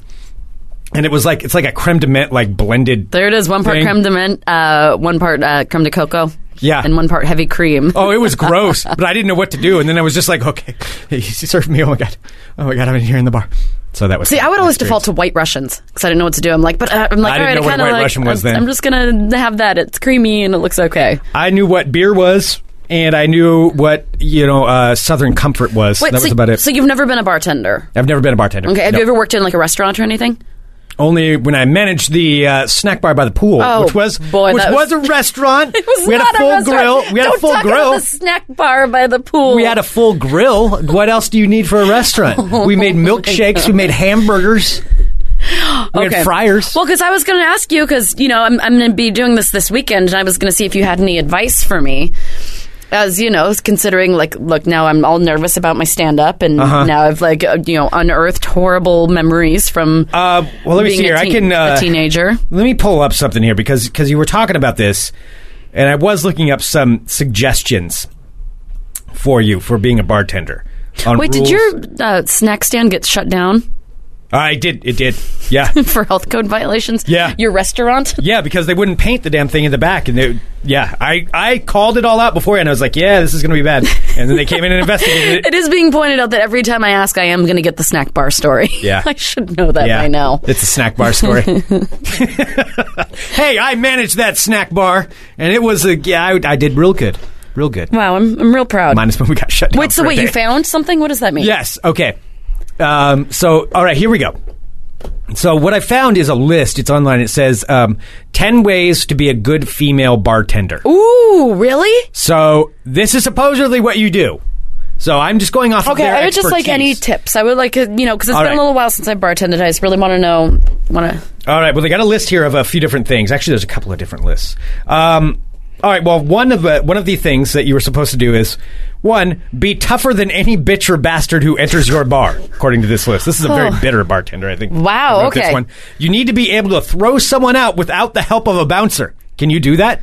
Speaker 1: And it was like it's like a creme de mint like blended.
Speaker 2: there it is. One part
Speaker 1: thing.
Speaker 2: creme de mint, uh, one part uh, creme de coco,
Speaker 1: Yeah.
Speaker 2: and one part heavy cream.
Speaker 1: Oh, it was gross, but I didn't know what to do. And then I was just like, okay, he served me. Oh my god, oh my god, I'm in here in the bar. So that was.
Speaker 2: See, I would always default to white Russians because I didn't know what to do. I'm like, but uh, I'm like,
Speaker 1: I
Speaker 2: all
Speaker 1: didn't
Speaker 2: right,
Speaker 1: know
Speaker 2: I
Speaker 1: what a
Speaker 2: kind
Speaker 1: white
Speaker 2: of like,
Speaker 1: Russian was
Speaker 2: I'm,
Speaker 1: then.
Speaker 2: I'm just gonna have that. It's creamy and it looks okay.
Speaker 1: I knew what beer was, and I knew what you know uh, Southern Comfort was. that
Speaker 2: so,
Speaker 1: was about it.
Speaker 2: So you've never been a bartender?
Speaker 1: I've never been a bartender.
Speaker 2: Okay. Have
Speaker 1: No.
Speaker 2: you ever worked in like a restaurant or anything?
Speaker 1: Only when I managed the uh, snack bar by the pool,
Speaker 2: Oh,
Speaker 1: which was
Speaker 2: boy,
Speaker 1: which
Speaker 2: that
Speaker 1: was,
Speaker 2: was-
Speaker 1: a restaurant.
Speaker 2: It was
Speaker 1: we had
Speaker 2: not
Speaker 1: a full
Speaker 2: restaurant.
Speaker 1: grill. We had
Speaker 2: Don't
Speaker 1: a full
Speaker 2: talk
Speaker 1: grill.
Speaker 2: About the snack bar by the pool.
Speaker 1: we had a full grill. What else do you need for a restaurant? we made
Speaker 2: Oh
Speaker 1: milkshakes. We made hamburgers. We
Speaker 2: Okay.
Speaker 1: had fryers.
Speaker 2: Well, because I was going to ask you, because you know I'm, I'm going to be doing this this weekend, and I was going to see if you had any advice for me. As you know, considering like, look, now I'm all nervous about my stand up, and now I've like, uh, you know, unearthed horrible memories from.
Speaker 1: Uh, well, let me
Speaker 2: being
Speaker 1: see
Speaker 2: a
Speaker 1: here. I
Speaker 2: teen-
Speaker 1: can uh,
Speaker 2: a teenager.
Speaker 1: Let me pull up something here because because you were talking about this, and I was looking up some suggestions for you for being a bartender. on
Speaker 2: Wait, did
Speaker 1: rules.
Speaker 2: your uh, snack stand get shut down
Speaker 1: I did. It did. Yeah,
Speaker 2: for health code violations?
Speaker 1: Yeah.
Speaker 2: Your restaurant?
Speaker 1: yeah, because they wouldn't paint the damn thing in the back, and they, yeah, I I called it all out before, and I was like, yeah, this is gonna be bad, and then they came in and investigated it.
Speaker 2: It is being pointed out that every time I ask, I am going to get the snack bar story.
Speaker 1: Yeah.
Speaker 2: I should know that
Speaker 1: yeah,
Speaker 2: by now.
Speaker 1: It's a snack bar story. hey, I managed that snack bar, and it was a yeah, I, I did real good, real good.
Speaker 2: Wow, I'm, I'm real proud.
Speaker 1: Minus when we got shut down.
Speaker 2: Wait, so
Speaker 1: for a
Speaker 2: wait, you
Speaker 1: day.
Speaker 2: found something? What does that mean?
Speaker 1: Yes. Okay. Um, so, all right, here we go. So, what I found is a list. It's online. It says um, 10 ways to be a good female bartender.
Speaker 2: Ooh, really?
Speaker 1: So, this is supposedly what you do. So, I'm just going off of
Speaker 2: Okay,
Speaker 1: their
Speaker 2: I would just like any
Speaker 1: expertise.
Speaker 2: tips. I would like, uh, you know, because it's
Speaker 1: All
Speaker 2: been
Speaker 1: right.
Speaker 2: a little while since I bartended. I just really want to know. Want to?
Speaker 1: All right. Well, they got a list here of a few different things. Actually, there's a couple of different lists. Um, all right. Well, one of the one of the things that you were supposed to do is one be tougher than any bitch or bastard who enters your bar. According to this list, this is a very
Speaker 2: Oh.
Speaker 1: bitter bartender. I think.
Speaker 2: Wow,
Speaker 1: who wrote this
Speaker 2: okay.
Speaker 1: one. You need to be able to throw someone out without the help of a bouncer. Can you do that?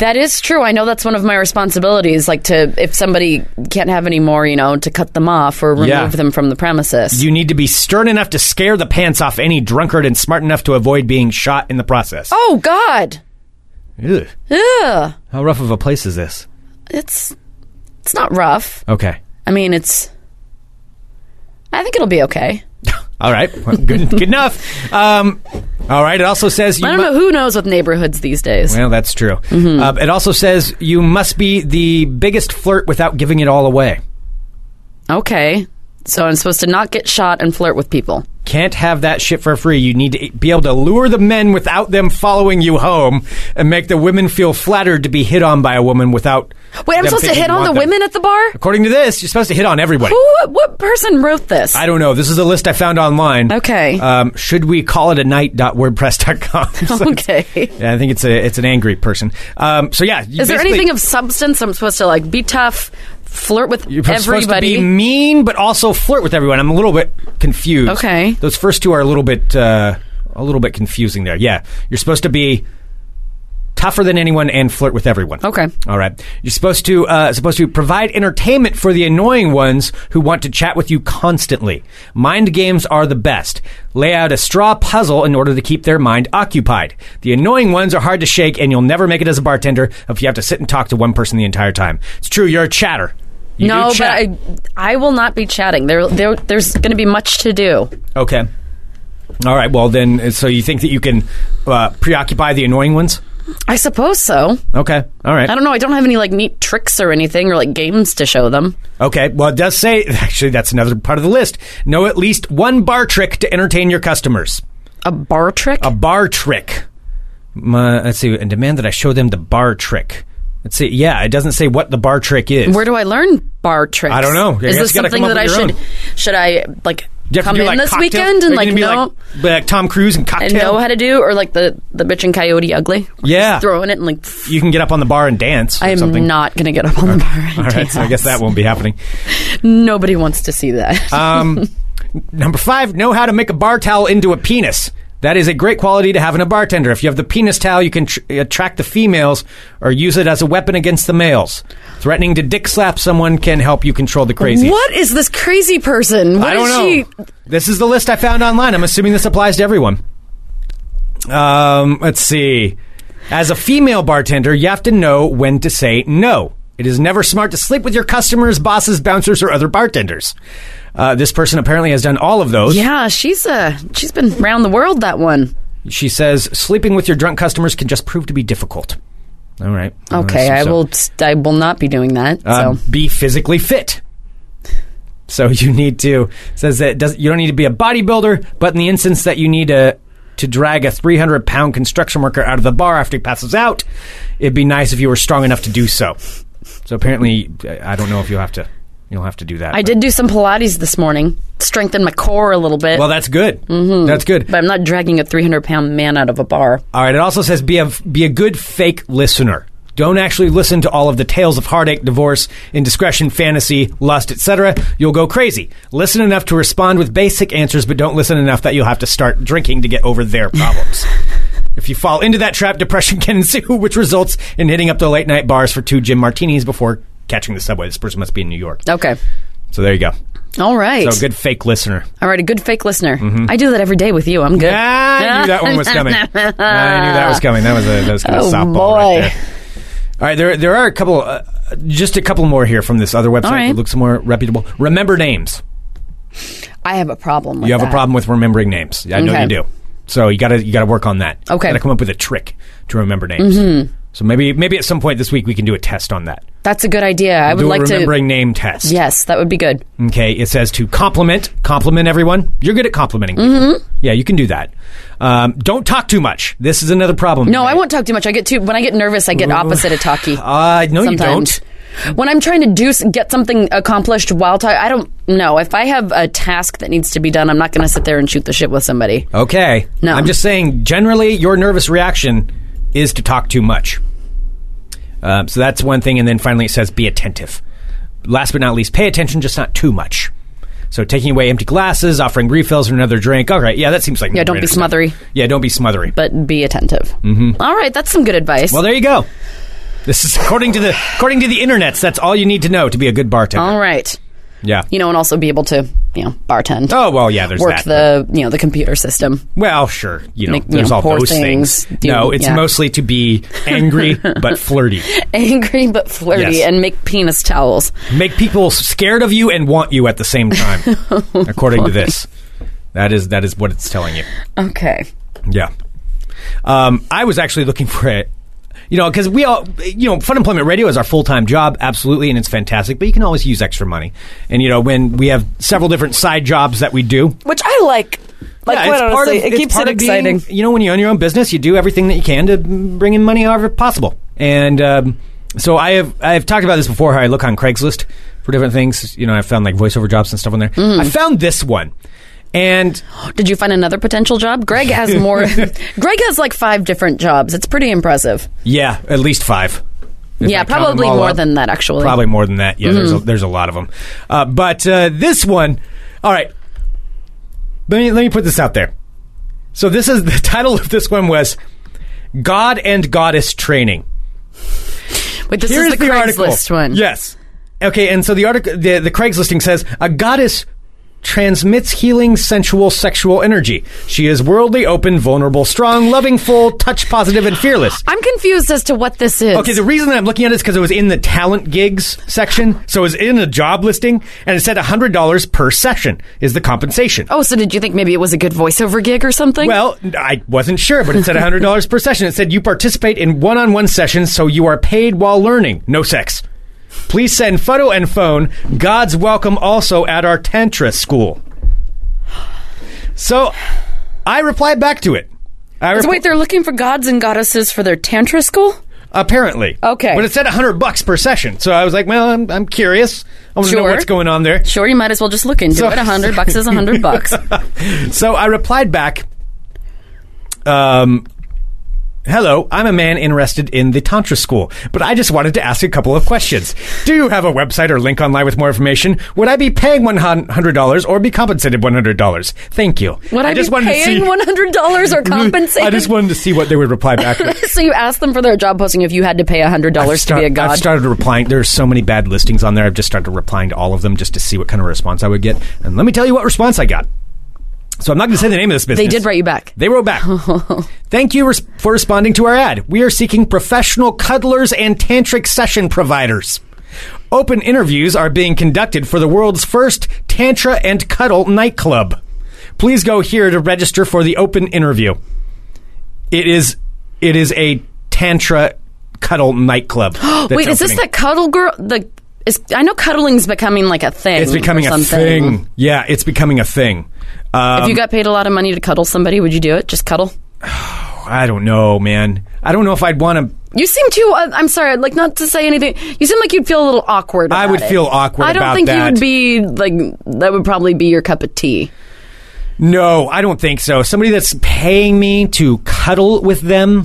Speaker 2: That is true. I know that's one of my responsibilities. Like to, if somebody can't have any more, you know, to cut them off or remove
Speaker 1: Yeah.
Speaker 2: them from the premises.
Speaker 1: You need to be stern enough to scare the pants off any drunkard and smart enough to avoid being shot in the process.
Speaker 2: oh God! Oh.
Speaker 1: Ugh.
Speaker 2: Ugh.
Speaker 1: How rough of a place is this?
Speaker 2: It's it's not rough.
Speaker 1: Okay.
Speaker 2: I mean, it's. I think it'll be okay.
Speaker 1: All right, Well, good, good enough. Um, All right. It also says you
Speaker 2: I
Speaker 1: mu-
Speaker 2: don't know Mm-hmm. who knows with neighborhoods these days.
Speaker 1: Well, that's true. Uh, it also says you must be the biggest flirt without giving it all away.
Speaker 2: Okay. So I'm supposed to not get shot and flirt with people.
Speaker 1: Can't have that shit for free. You need to e, be able to lure the men without them following you home and make the women feel flattered to be hit on by a woman without.
Speaker 2: Wait, I'm
Speaker 1: them
Speaker 2: supposed to
Speaker 1: thinking
Speaker 2: hit
Speaker 1: you
Speaker 2: on the
Speaker 1: want them.
Speaker 2: women at the bar?
Speaker 1: According to this, you're supposed to hit on everybody.
Speaker 2: Who? What, what person wrote this?
Speaker 1: I don't know. This is a list I found online.
Speaker 2: Okay.
Speaker 1: Um, should we call it a night.wordpress.com? So,
Speaker 2: okay.
Speaker 1: yeah, I think it's a it's an angry person. Um, so yeah,
Speaker 2: Is there anything of substance? I'm supposed to like be tough, flirt with
Speaker 1: You're supposed to
Speaker 2: everybody.
Speaker 1: be mean, but also flirt with everyone. I'm a little bit confused.
Speaker 2: Okay.
Speaker 1: those first two are a little bit uh, a little bit confusing there. Yeah, you're supposed to be tougher than anyone and flirt with everyone.
Speaker 2: Okay.
Speaker 1: all right. You're supposed to uh, supposed to provide entertainment for the annoying ones who want to chat with you constantly. Mind games are the best. Lay out a straw puzzle in order to keep their mind occupied. The annoying ones are hard to shake, and you'll never make it as a bartender if you have to sit and talk to one person the entire time. It's true. You're a chatter. You do
Speaker 2: no, but
Speaker 1: chat.
Speaker 2: I, I will not be chatting. There, there there's going to be much to do.
Speaker 1: Okay. All right. Well, then, uh, so you think that you can uh, preoccupy the annoying ones?
Speaker 2: I suppose so.
Speaker 1: Okay. All right.
Speaker 2: I don't know. I don't have any like neat tricks or anything or like games to show them.
Speaker 1: Okay. Well, it does say actually that's another part of the list. Know at least one bar trick to entertain your customers.
Speaker 2: A bar trick?
Speaker 1: A bar trick. My, let's see. And demand that I show them the bar trick. Let's see. Yeah, it doesn't say what the bar trick is.
Speaker 2: Where do I learn bar tricks?
Speaker 1: I don't know. I
Speaker 2: Is
Speaker 1: guess
Speaker 2: this
Speaker 1: you gotta
Speaker 2: something
Speaker 1: come up
Speaker 2: that I
Speaker 1: with your
Speaker 2: should should
Speaker 1: own.
Speaker 2: I like
Speaker 1: You have to
Speaker 2: come
Speaker 1: do,
Speaker 2: in
Speaker 1: like,
Speaker 2: this
Speaker 1: cocktail-
Speaker 2: weekend and
Speaker 1: are
Speaker 2: like
Speaker 1: you gonna be
Speaker 2: know
Speaker 1: like, like Tom Cruise and cocktail.
Speaker 2: and know how to do or like the the bitch and coyote ugly?
Speaker 1: Yeah.
Speaker 2: Just throwing it and like pff,
Speaker 1: you can get up on the bar and dance. or
Speaker 2: I am
Speaker 1: something.
Speaker 2: not gonna get up on the bar. And
Speaker 1: All right, so I guess
Speaker 2: dance.
Speaker 1: that won't be happening.
Speaker 2: nobody wants to see that.
Speaker 1: Um, number five, know how to make a bar towel into a penis. That is a great quality to have in a bartender. If you have the penis towel, you can tr- attract the females or use it as a weapon against the males. Threatening to dick slap someone can help you control the crazy.
Speaker 2: what is this crazy person? What
Speaker 1: I don't
Speaker 2: is
Speaker 1: know.
Speaker 2: she?
Speaker 1: This is the list I found online. I'm assuming this applies to everyone. Um, let's see. As a female bartender, you have to know when to say no. It is never smart to sleep with your customers, bosses, bouncers, or other bartenders. Uh, this person apparently has done all of those.
Speaker 2: Yeah, she's uh she's been round the world that one.
Speaker 1: She says sleeping with your drunk customers can just prove to be difficult. All right. Uh,
Speaker 2: Okay,
Speaker 1: so-
Speaker 2: I
Speaker 1: so-
Speaker 2: will I will not be doing that.
Speaker 1: Uh,
Speaker 2: so
Speaker 1: be physically fit. So you need to says that it does, you don't need to be a bodybuilder, but in the instance that you need to to drag a 300 pound construction worker out of the bar after he passes out, it'd be nice if you were strong enough to do so. So apparently, I I don't know if you'll have to you'll have to do that.
Speaker 2: I did do some Pilates this morning, strengthen my core a little bit.
Speaker 1: Well, that's good. Mm-hmm. That's good.
Speaker 2: but I'm not dragging a 300 pound man out of a bar.
Speaker 1: All right. It also says be a be a good fake listener. Don't actually listen to all of the tales of heartache, divorce, indiscretion, fantasy, lust, etc. You'll go crazy. Listen enough to respond with basic answers, but don't listen enough that you'll have to start drinking to get over their problems. if you fall into that trap, depression can ensue, which results in hitting up the late night bars for two gin martinis before catching the subway. This person must be in New York.
Speaker 2: Okay.
Speaker 1: So there you go.
Speaker 2: All right.
Speaker 1: So good fake listener.
Speaker 2: All right, a good fake listener. I do that every day with you. I'm good.
Speaker 1: Ah, I knew that one was coming. I knew that was coming. That was a that was kind of
Speaker 2: Oh,
Speaker 1: softball
Speaker 2: boy.
Speaker 1: right there. All right, there there are a couple, uh, just a couple more here from this other website.
Speaker 2: All right.
Speaker 1: that looks more reputable. Remember names.
Speaker 2: I have a problem with
Speaker 1: You have a
Speaker 2: that.
Speaker 1: problem with remembering names. I know
Speaker 2: Okay.
Speaker 1: you do. So you gotta you gotta work on that.
Speaker 2: Okay. Mm-hmm.
Speaker 1: gotta come up with a trick to remember names. So maybe maybe at some point this week we can do a test on that.
Speaker 2: That's a good idea. I would
Speaker 1: do
Speaker 2: like
Speaker 1: a
Speaker 2: to.
Speaker 1: remembering name test.
Speaker 2: Yes, that would be good.
Speaker 1: Okay, it says to compliment, compliment everyone. You're good at complimenting people.
Speaker 2: Mm-hmm.
Speaker 1: Yeah, you can do that. Um, don't talk too much. This is another problem.
Speaker 2: No, I won't talk too much. I get too when I get nervous. I get opposite of talky.
Speaker 1: Uh, no, you
Speaker 2: sometimes.
Speaker 1: don't.
Speaker 2: When I'm trying to do s- get something accomplished while talking, I don't know if I have a task that needs to be done. I'm not going to sit there and shoot the shit with somebody.
Speaker 1: Okay.
Speaker 2: No.
Speaker 1: I'm just saying, generally, your nervous reaction is to talk too much. Um, so that's one thing. And then finally, it says be attentive. Last but not least, pay attention, just not too much. So taking away empty glasses, offering refills or another drink. All right. Yeah, that seems like
Speaker 2: Yeah, don't be
Speaker 1: no-brainer stuff.
Speaker 2: smothery.
Speaker 1: Yeah, don't be smothery.
Speaker 2: But be attentive. Mm-hmm. right, that's some good advice.
Speaker 1: well, there you go. This is according to the according to the internets. That's all you need to know to be a good bartender.
Speaker 2: All right.
Speaker 1: yeah.
Speaker 2: You know, and also be able to, you know, bartend.
Speaker 1: oh well, yeah. There's
Speaker 2: work
Speaker 1: that.
Speaker 2: the you know the computer system.
Speaker 1: Well, sure. You know,
Speaker 2: Make- you
Speaker 1: there's
Speaker 2: know,
Speaker 1: all
Speaker 2: poor
Speaker 1: those things.
Speaker 2: things, do-
Speaker 1: no, it's
Speaker 2: yeah.
Speaker 1: mostly to be angry but flirty.
Speaker 2: Angry but flirty
Speaker 1: Yes.
Speaker 2: and make penis towels.
Speaker 1: Make people scared of you and want you at
Speaker 2: Oh,
Speaker 1: the same time. according to this, that is that is what it's telling you.
Speaker 2: Okay.
Speaker 1: Yeah. Um, I was actually looking for it. You know, because we all, you know, Fun Employment Radio is our full time job, absolutely, and it's fantastic, but you can always use extra money. And, you know, when we have several different side jobs that we do.
Speaker 3: Which I like. Like,
Speaker 1: Yeah,
Speaker 3: quite
Speaker 1: it's part
Speaker 3: honestly,
Speaker 1: of-
Speaker 3: it
Speaker 1: it's
Speaker 3: keeps
Speaker 1: part
Speaker 3: it
Speaker 1: of being-
Speaker 3: exciting.
Speaker 1: you know, when you own your own business, you do everything that you can to bring in money however possible. And um, so I have I have talked about this before. How I look on Craigslist for different things. You know, I've found like voiceover jobs and stuff on there.
Speaker 3: Mm-hmm.
Speaker 1: I found this one, and
Speaker 2: Did you find another potential job? Greg has more. Greg has like five different jobs. It's pretty impressive.
Speaker 1: yeah, at least five. If
Speaker 2: yeah,
Speaker 1: I count them
Speaker 2: probably
Speaker 1: all
Speaker 2: more
Speaker 1: up.
Speaker 2: than that, actually.
Speaker 1: Probably more than that. Yeah,
Speaker 3: Mm-hmm.
Speaker 1: there's a, there's a lot of them. Uh, but uh, this one, all right. Let me let me put this out there. So this is the title of this one was God and Goddess Training.
Speaker 2: Wait, this
Speaker 1: Here's
Speaker 2: is the, Craigslist
Speaker 1: article.
Speaker 2: one.
Speaker 1: Yes. Okay, and so the article the, the Craigslisting says a goddess transmits healing, sensual, sexual energy. She is worldly, open, vulnerable, strong, loving, full, touch positive, and fearless.
Speaker 2: I'm confused as to what this is.
Speaker 1: Okay, the reason that I'm looking at it is because it was in the talent gigs section. So it was in a job listing, and it said $100 per session is the compensation.
Speaker 2: oh, so did you think maybe it was a good voiceover gig or something?
Speaker 1: Well, I wasn't sure, but it said $100 per session. It said you participate in one on one sessions, so you are paid while learning. No sex. Please send photo and phone. God's welcome also at our Tantra school. So I replied back to it. I
Speaker 2: So
Speaker 1: repl-
Speaker 2: wait, they're looking for gods and goddesses for their tantra school?
Speaker 1: apparently.
Speaker 2: Okay.
Speaker 1: But it said 100 bucks per session. So I was like, well, I'm, I'm curious. I want to know
Speaker 2: Sure.
Speaker 1: what's going on there.
Speaker 2: Sure, you might as well just look into
Speaker 1: So-
Speaker 2: it. A hundred bucks is a hundred bucks.
Speaker 1: So I replied back, um, Hello, I'm a man interested in the Tantra school, but I just wanted to ask a couple of questions. Do you have a website or link online with more information? Would I be paying $100 or be compensated $100? Thank you.
Speaker 2: Would I,
Speaker 1: just
Speaker 2: be
Speaker 1: wanted to
Speaker 2: paying
Speaker 1: see-
Speaker 2: one hundred dollars or compensated?
Speaker 1: I just wanted to see what they would reply back with.
Speaker 2: so you asked them for their job posting if you had to pay hundred dollars to
Speaker 1: Start-
Speaker 2: be a god.
Speaker 1: I've started replying. There's so many bad listings on there. I've just started replying to all of them just to see what kind of response I would get. And let me tell you what response I got. So I'm not going to say the name of this business.
Speaker 2: they did write you back.
Speaker 1: They wrote back. Thank you res- for responding to our ad. We are seeking professional cuddlers and tantric session providers. Open interviews are being conducted for the world's first Tantra and Cuddle nightclub. Please go here to register for the open interview. It is it is a Tantra Cuddle nightclub. that's
Speaker 2: Wait, is this
Speaker 1: opening.
Speaker 2: the cuddle girl? The is I know cuddling's becoming like a thing.
Speaker 1: It's becoming
Speaker 2: or
Speaker 1: a
Speaker 2: something.
Speaker 1: thing. Um, Yeah, it's becoming a thing.
Speaker 2: if you got paid a lot of money to cuddle somebody, would you do it? Just cuddle.
Speaker 1: I don't know, man. I don't know if I'd want to
Speaker 2: You seem too. Uh, I'm sorry, like not to say anything. You seem like you'd feel a little awkward.
Speaker 1: I
Speaker 2: about
Speaker 1: would
Speaker 2: it.
Speaker 1: feel awkward
Speaker 2: I don't
Speaker 1: about
Speaker 2: think you
Speaker 1: that.
Speaker 2: would be like that. Would probably be your cup of tea.
Speaker 1: No, I don't think so. Somebody that's paying me to cuddle with them?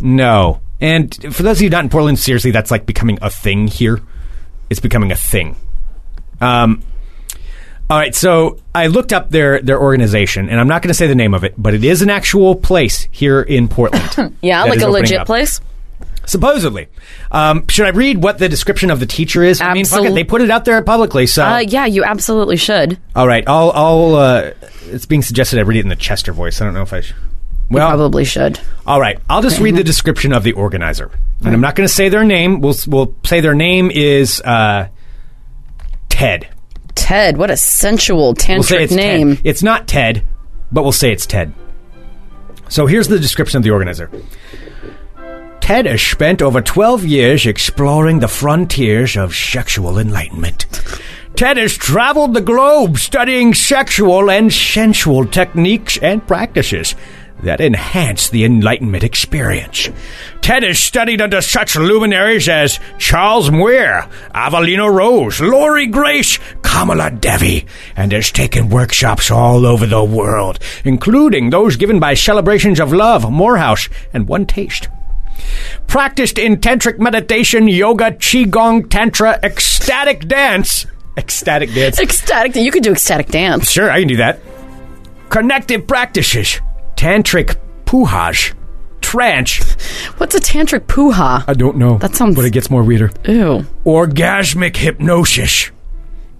Speaker 1: No. And for those of you not in Portland, seriously, that's like becoming a thing here. It's becoming a thing. Um, all right, so I looked up their, their organization, and I'm not going to say the name of it, but it is an actual place here in Portland.
Speaker 2: Yeah,
Speaker 1: that
Speaker 2: like
Speaker 1: is
Speaker 2: a
Speaker 1: opening
Speaker 2: legit
Speaker 1: up.
Speaker 2: place.
Speaker 1: Supposedly. Um, should I read what the description of the teacher is? I mean, fuck it,
Speaker 2: Absol-
Speaker 1: they put it out there publicly, so.
Speaker 2: Uh, yeah, you absolutely should.
Speaker 1: All right, I'll. I'll uh, it's being suggested I read it in the Chester voice. I don't know if I should. Well,
Speaker 2: Probably should.
Speaker 1: all right. I'll just read the description of the organizer, and I'm not going to say their name. We'll s- we'll say their name is uh, Ted.
Speaker 2: Ted, what a sensual
Speaker 1: We'll say
Speaker 2: tantric
Speaker 1: it's
Speaker 2: name.
Speaker 1: Ted. It's not Ted, but we'll say it's Ted. So here's the description of the organizer. Ted has spent over 12 years exploring the frontiers of sexual enlightenment. Ted has traveled the globe studying sexual and sensual techniques and practices that enhance the enlightenment experience. Ted has studied under such luminaries as Charles Muir, Avelina Rose, Laurie Grace, Kamala Devi, and has taken workshops all over the world, including those given by Celebrations of Love, Morehouse, and One Taste practiced in tantric meditation, yoga, qigong, tantra, ecstatic dance. Ecstatic dance.
Speaker 2: Ecstatic. You could do ecstatic dance.
Speaker 1: Sure, I can do that. Connective practices, tantric puhaj, trance.
Speaker 2: What's a tantric puha?
Speaker 1: I don't know.
Speaker 2: That sounds-
Speaker 1: But it gets more weirder.
Speaker 2: Ew.
Speaker 1: Orgasmic hypnosis,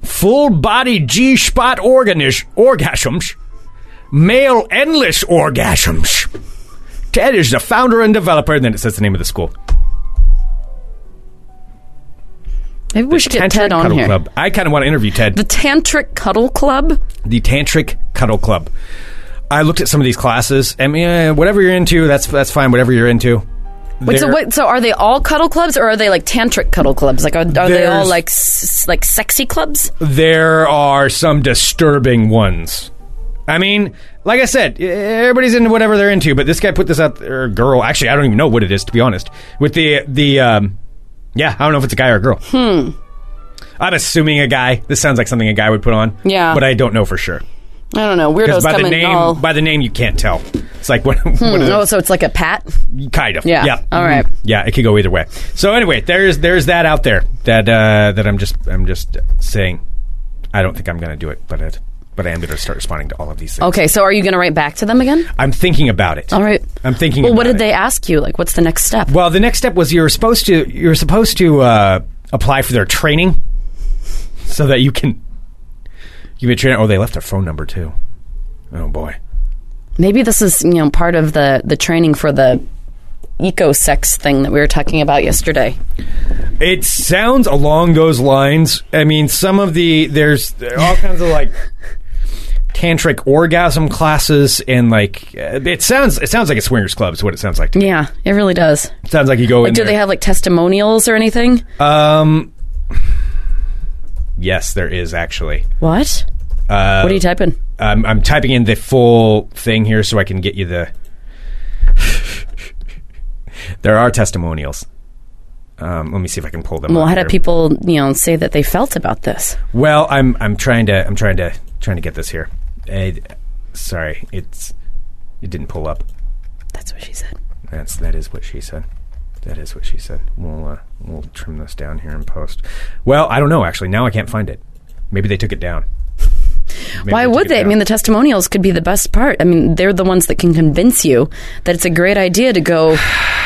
Speaker 1: full body G spot organis- orgasms, male endless orgasms. Ted is the founder and developer, and then it says the name of the school.
Speaker 2: Maybe we should get
Speaker 1: Tantric
Speaker 2: Ted on
Speaker 1: Cuddle
Speaker 2: here.
Speaker 1: Club. I kind of want to interview Ted.
Speaker 2: The Tantric Cuddle Club.
Speaker 1: the Tantric Cuddle Club. I looked at some of these classes. I mean, eh, whatever you're into, that's that's fine. Whatever you're into.
Speaker 2: Wait, so
Speaker 1: There-
Speaker 2: what? So are they all cuddle clubs, or are they like tantric cuddle clubs? Like, are, are they all
Speaker 1: There's-
Speaker 2: like s- like sexy clubs?
Speaker 1: There are some disturbing ones. I mean, like I said, e-, everybody's into whatever they're into, but this guy put this out there, or girl. Actually, I don't even know what it is to be honest. With the the um, yeah, I don't know if it's a guy or a girl. Hmm. I'm assuming a guy. This sounds like something a guy would put on.
Speaker 2: Yeah.
Speaker 1: but I don't know for sure
Speaker 2: I don't know.
Speaker 1: because
Speaker 2: Weirdos
Speaker 1: by
Speaker 2: come
Speaker 1: the
Speaker 2: in
Speaker 1: name,
Speaker 2: all.
Speaker 1: by the name, you can't tell. It's like what, what are
Speaker 2: oh,
Speaker 1: those?
Speaker 2: so it's like a pat.
Speaker 1: kind of.
Speaker 2: Yeah.
Speaker 1: Yeah.
Speaker 2: All right.
Speaker 1: Mhm. Yeah, it could go either way. So anyway, there's there's that out there that uh, that I'm just I'm just saying. I don't think I'm going to do it, but it, but I am going to start responding to all of these things.
Speaker 2: Okay, so are you going to write back to them again?
Speaker 1: I'm thinking about it.
Speaker 2: All right.
Speaker 1: I'm thinking.
Speaker 2: Well, what
Speaker 1: about
Speaker 2: did
Speaker 1: it.
Speaker 2: they ask you? Like, what's the next step?
Speaker 1: Well, the next step was you're supposed to you're supposed to uh, apply for their training, so that you can you can train. Oh, they left their phone number too. Oh boy.
Speaker 2: Maybe this is you know part of the the training for the eco sex thing that we were talking about yesterday.
Speaker 1: It sounds along those lines. I mean, some of the there's there are all kinds of like tantric orgasm classes and like uh, it sounds it sounds like a swingers club is what it sounds like. To me.
Speaker 2: Yeah, it really does.
Speaker 1: It sounds like you go in.
Speaker 2: Do
Speaker 1: there.
Speaker 2: they have like testimonials or anything?
Speaker 1: Um. Yes, there is actually.
Speaker 2: What?
Speaker 1: Uh,
Speaker 2: What are you typing?
Speaker 1: I'm, I'm typing in the full thing here so I can get you the. there are testimonials. Um, let me see if I can pull them.
Speaker 2: Well,
Speaker 1: up
Speaker 2: how do
Speaker 1: here.
Speaker 2: people you know say that they felt about this?
Speaker 1: Well, I'm I'm trying to I'm trying to trying to get this here. Uh, sorry, it's it didn't pull up.
Speaker 2: That's what she said.
Speaker 1: That's that is what she said. That is what she said. We'll uh, we'll trim this down here and post. Well, I don't know actually. Now I can't find it. Maybe they took it down. Maybe
Speaker 2: Why
Speaker 1: took
Speaker 2: would
Speaker 1: it
Speaker 2: they? I
Speaker 1: down.
Speaker 2: mean, the testimonials could be the best part. I mean, they're the ones that can convince you that it's a great idea to go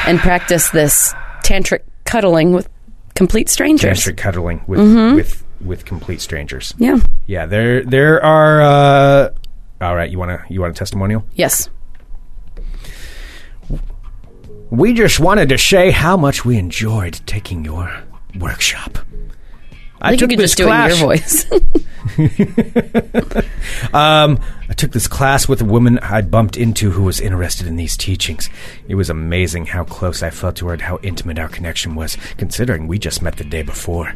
Speaker 2: and practice this tantric cuddling with complete strangers.
Speaker 1: tantric cuddling with
Speaker 2: Mm-hmm.
Speaker 1: with with complete strangers.
Speaker 2: Yeah.
Speaker 1: Yeah, there there are. Uh, all right, you want to you want a testimonial?
Speaker 2: Yes.
Speaker 1: We just wanted to say how much we enjoyed taking your workshop.
Speaker 2: I, think
Speaker 1: took
Speaker 2: you could
Speaker 1: this
Speaker 2: just do it in your
Speaker 1: class-
Speaker 2: voice.
Speaker 1: I took this class with a woman I bumped into who was interested in these teachings. It was amazing how close I felt to her and how intimate our connection was, considering we just met the day before.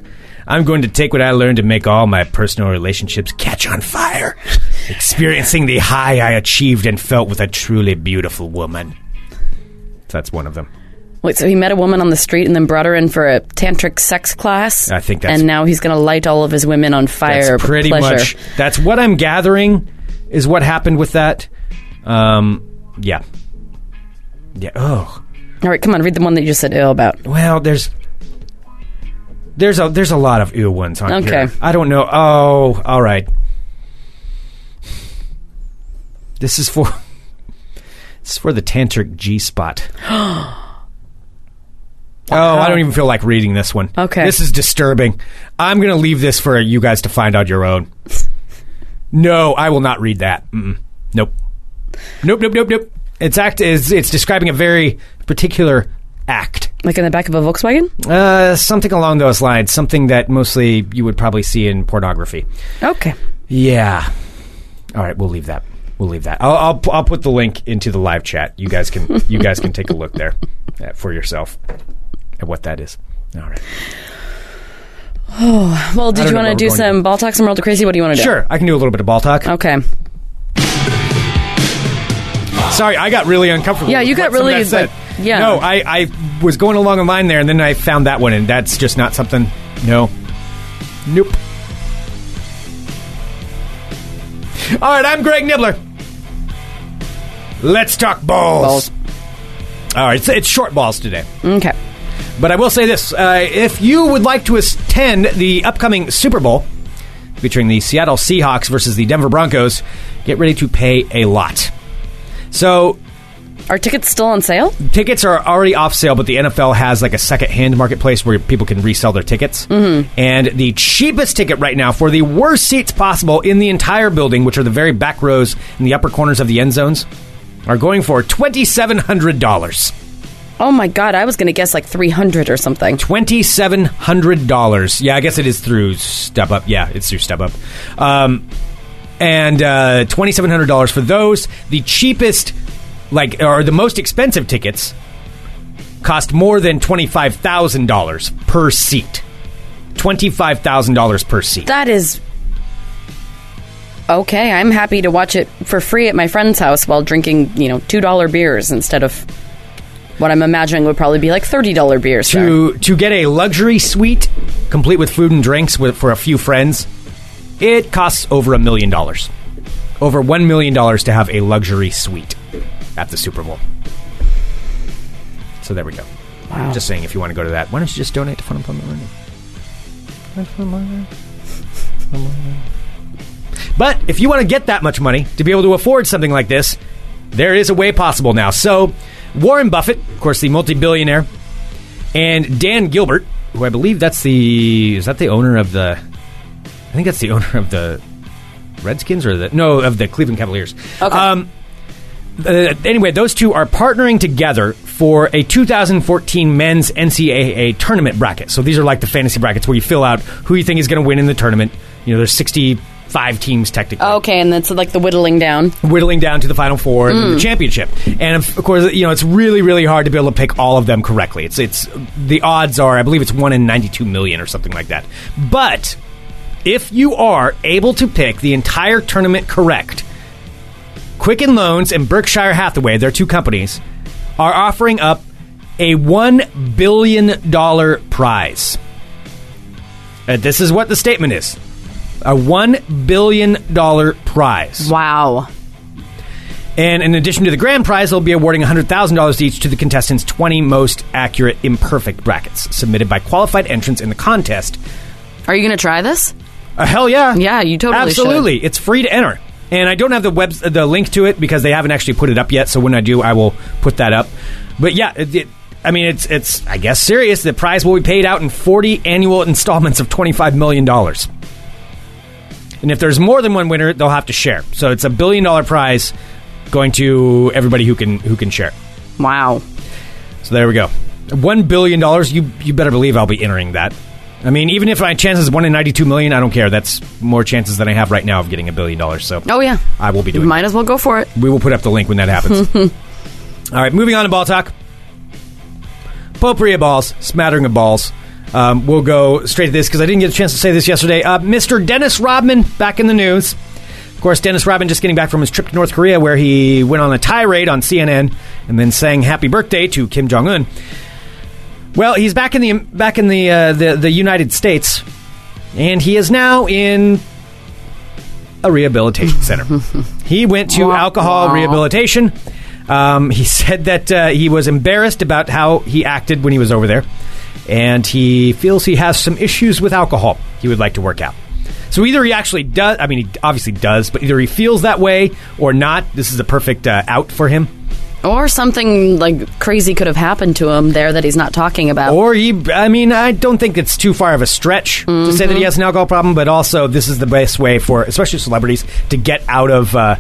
Speaker 1: I'm going to take what I learned and make all my personal relationships catch on fire, experiencing the high I achieved and felt with a truly beautiful woman. That's one of them.
Speaker 2: Wait, so he met a woman on the street and then brought her in for a tantric sex class.
Speaker 1: I think that's-
Speaker 2: and now he's going to light all of his women on fire.
Speaker 1: That's
Speaker 2: with
Speaker 1: pretty
Speaker 2: pleasure.
Speaker 1: much. That's what I'm gathering is what happened with that. Um, yeah. Yeah. Oh.
Speaker 2: All right, come on, read the one that you just said ill about.
Speaker 1: Well, there's there's a there's a lot of ew ones on
Speaker 2: Okay.
Speaker 1: here. I don't know. Oh, all right. This is for this is for the tantric G spot. Oh, I don't even feel like reading this one.
Speaker 2: Okay.
Speaker 1: This is disturbing. I'm going to leave this for you guys to find on your own. No, I will not read that. Mm-mm. Nope. Nope, nope, nope, nope. It's act it's, it's describing a very particular act.
Speaker 2: Like in the back of a Volkswagen.
Speaker 1: Uh, something along those lines. Something that mostly you would probably see in pornography.
Speaker 2: Okay.
Speaker 1: Yeah. All right, we'll leave that. We'll leave that. I'll I'll, I'll put the link into the live chat. You guys can you guys can take a look there uh, for yourself at what that is. All right.
Speaker 2: Well, did you want
Speaker 1: don't know
Speaker 2: to
Speaker 1: where
Speaker 2: do
Speaker 1: we're going
Speaker 2: some ball talk, some world of crazy? What do you want to
Speaker 1: Sure, I can do a little bit of ball talk.
Speaker 2: do? Okay.
Speaker 1: Sorry, I got really uncomfortable.
Speaker 2: Yeah, you
Speaker 1: with
Speaker 2: got
Speaker 1: what some of
Speaker 2: really,
Speaker 1: that said.
Speaker 2: like, yeah.
Speaker 1: No, I I was going along a line there, and then I found that one, and that's just not something. No. Nope. All right, I'm Greg Nibbler. Let's talk balls.
Speaker 2: Balls.
Speaker 1: All right, it's, it's short balls today.
Speaker 2: Okay.
Speaker 1: But I will say this: uh, if you would like to attend the upcoming Super Bowl featuring the Seattle Seahawks versus the Denver Broncos, get ready to pay a lot. So
Speaker 2: Are tickets still on sale?
Speaker 1: tickets are already off sale, but the NFL has like a second-hand marketplace where people can resell their tickets. Mm-hmm. And the cheapest ticket right now for the worst seats possible in the entire building, which are the very back rows in the upper corners of the end zones, are going for twenty-seven hundred dollars.
Speaker 2: Oh my god, I was going to guess like three hundred or something.
Speaker 1: Twenty-seven hundred dollars. Yeah, I guess it is through StubHub. Yeah, it's through StubHub. Um, and uh, twenty seven hundred dollars for those. The cheapest, like, or the most expensive tickets cost more than twenty five thousand dollars per seat. Twenty five thousand dollars per seat.
Speaker 2: That is okay. I'm happy to watch it for free at my friend's house while drinking, you know, two dollar beers instead of what I'm imagining would probably be like thirty dollar beers. there.
Speaker 1: to to get a luxury suite complete with food and drinks with, for a few friends it costs over a million dollars over one million dollars to have a luxury suite at the super bowl so there we go i'm just saying if you want to go to that why don't you just donate to fun employment learning but if you want to get that much money to be able to afford something like this there is a way possible now so warren buffett of course the multi-billionaire and Dan Gilbert, who I believe that's the is that the owner of the I think that's the owner of the Redskins or the no of the Cleveland Cavaliers.
Speaker 2: Okay.
Speaker 1: Um, uh, anyway, those two are partnering together for a 2014 men's NCAA tournament bracket. So these are like the fantasy brackets where you fill out who you think is going to win in the tournament. You know, there's 65 teams technically
Speaker 2: okay, and that's like the whittling down.
Speaker 1: whittling down to the final four and then the championship. And of of course, you know it's really really hard to be able to pick all of them correctly. It's it's the odds are I believe it's one in ninety two million or something like that. But if you are able to pick the entire tournament correct, Quicken Loans and Berkshire Hathaway, their two companies, are offering up a $1 billion prize. Uh, this is what the statement is a $1 billion prize.
Speaker 2: Wow.
Speaker 1: And in addition to the grand prize, they'll be awarding $100,000 each to the contestants' 20 most accurate imperfect brackets submitted by qualified entrants in the contest.
Speaker 2: Are you going to try this?
Speaker 1: Uh, hell yeah.
Speaker 2: Yeah, you totally should.
Speaker 1: Absolutely. It's free to enter. And I don't have the web the link to it because they haven't actually put it up yet, so when I do, I will put that up. But yeah, it, it, I mean it's it's I guess serious. The prize will be paid out in 40 annual installments of 25 million dollars. And if there's more than one winner, they'll have to share. So it's a billion dollar prize going to everybody who can who can share.
Speaker 2: Wow.
Speaker 1: So there we go. One billion dollars. You you better believe I'll be entering that. I mean, even if my chances is one in ninety-two million, I don't care. That's more chances than I have right now of getting a billion dollars. So
Speaker 2: Oh yeah.
Speaker 1: I will be doing.
Speaker 2: Might as well go for it.
Speaker 1: We will put up the link when that happens. All right, moving on to ball talk. Potpourri of balls, smattering of balls. Um, we'll go straight to this because I didn't get a chance to say this yesterday. Uh, Mr. Dennis Rodman back in the news. Of course, Dennis Rodman just getting back from his trip to North Korea where he went on a tirade on CNN and then sang "Happy Birthday" to Kim Jong Un. Well, he's back in the back in the uh, the, the United States, and he is now in a rehabilitation center. he went to alcohol rehabilitation. Um, he said that uh, he was embarrassed about how he acted when he was over there, and he feels he has some issues with alcohol. He would like to work out. So either he actually does, I mean, he obviously does, but either he feels that way or not. This is a perfect uh, out for him.
Speaker 2: Or something like crazy could have happened to him there that he's not talking about.
Speaker 1: Or he, I mean, I don't think it's too far of a stretch to say that
Speaker 2: Mm-hmm.
Speaker 1: he has an alcohol problem, but also this is the best way for, especially celebrities, to get out of, uh,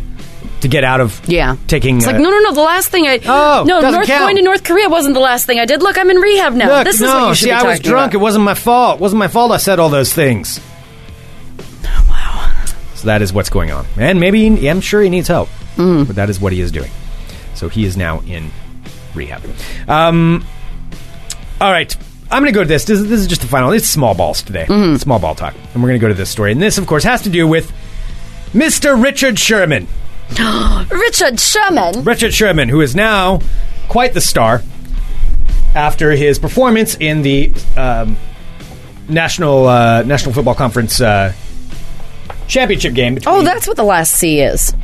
Speaker 1: to get out of,
Speaker 2: yeah.
Speaker 1: taking.
Speaker 2: It's like
Speaker 1: uh,
Speaker 2: no, no, no. The last thing I
Speaker 1: Oh,
Speaker 2: no
Speaker 1: doesn't
Speaker 2: North
Speaker 1: count.
Speaker 2: going to North Korea wasn't the last thing I did. Look, I'm in rehab now.
Speaker 1: Look,
Speaker 2: this is
Speaker 1: no,
Speaker 2: what you should
Speaker 1: see,
Speaker 2: be
Speaker 1: I was
Speaker 2: talking
Speaker 1: drunk. It
Speaker 2: about.
Speaker 1: wasn't my fault. It wasn't my fault. I said all those things. Wow. So that is what's going on, and maybe he- I'm sure he needs help,
Speaker 2: Mm.
Speaker 1: but that is what he is doing. So he is now in rehab. Um, all right. I'm going to go to this. this. This is just the final. It's small balls today.
Speaker 2: Mm-hmm.
Speaker 1: Small ball talk. And we're going to go to this story. And this, of course, has to do with Mr. Richard Sherman.
Speaker 2: Richard Sherman.
Speaker 1: Richard Sherman, who is now quite the star after his performance in the um, national uh, National Football Conference uh, championship game. Between,
Speaker 2: Oh, that's what the last C is.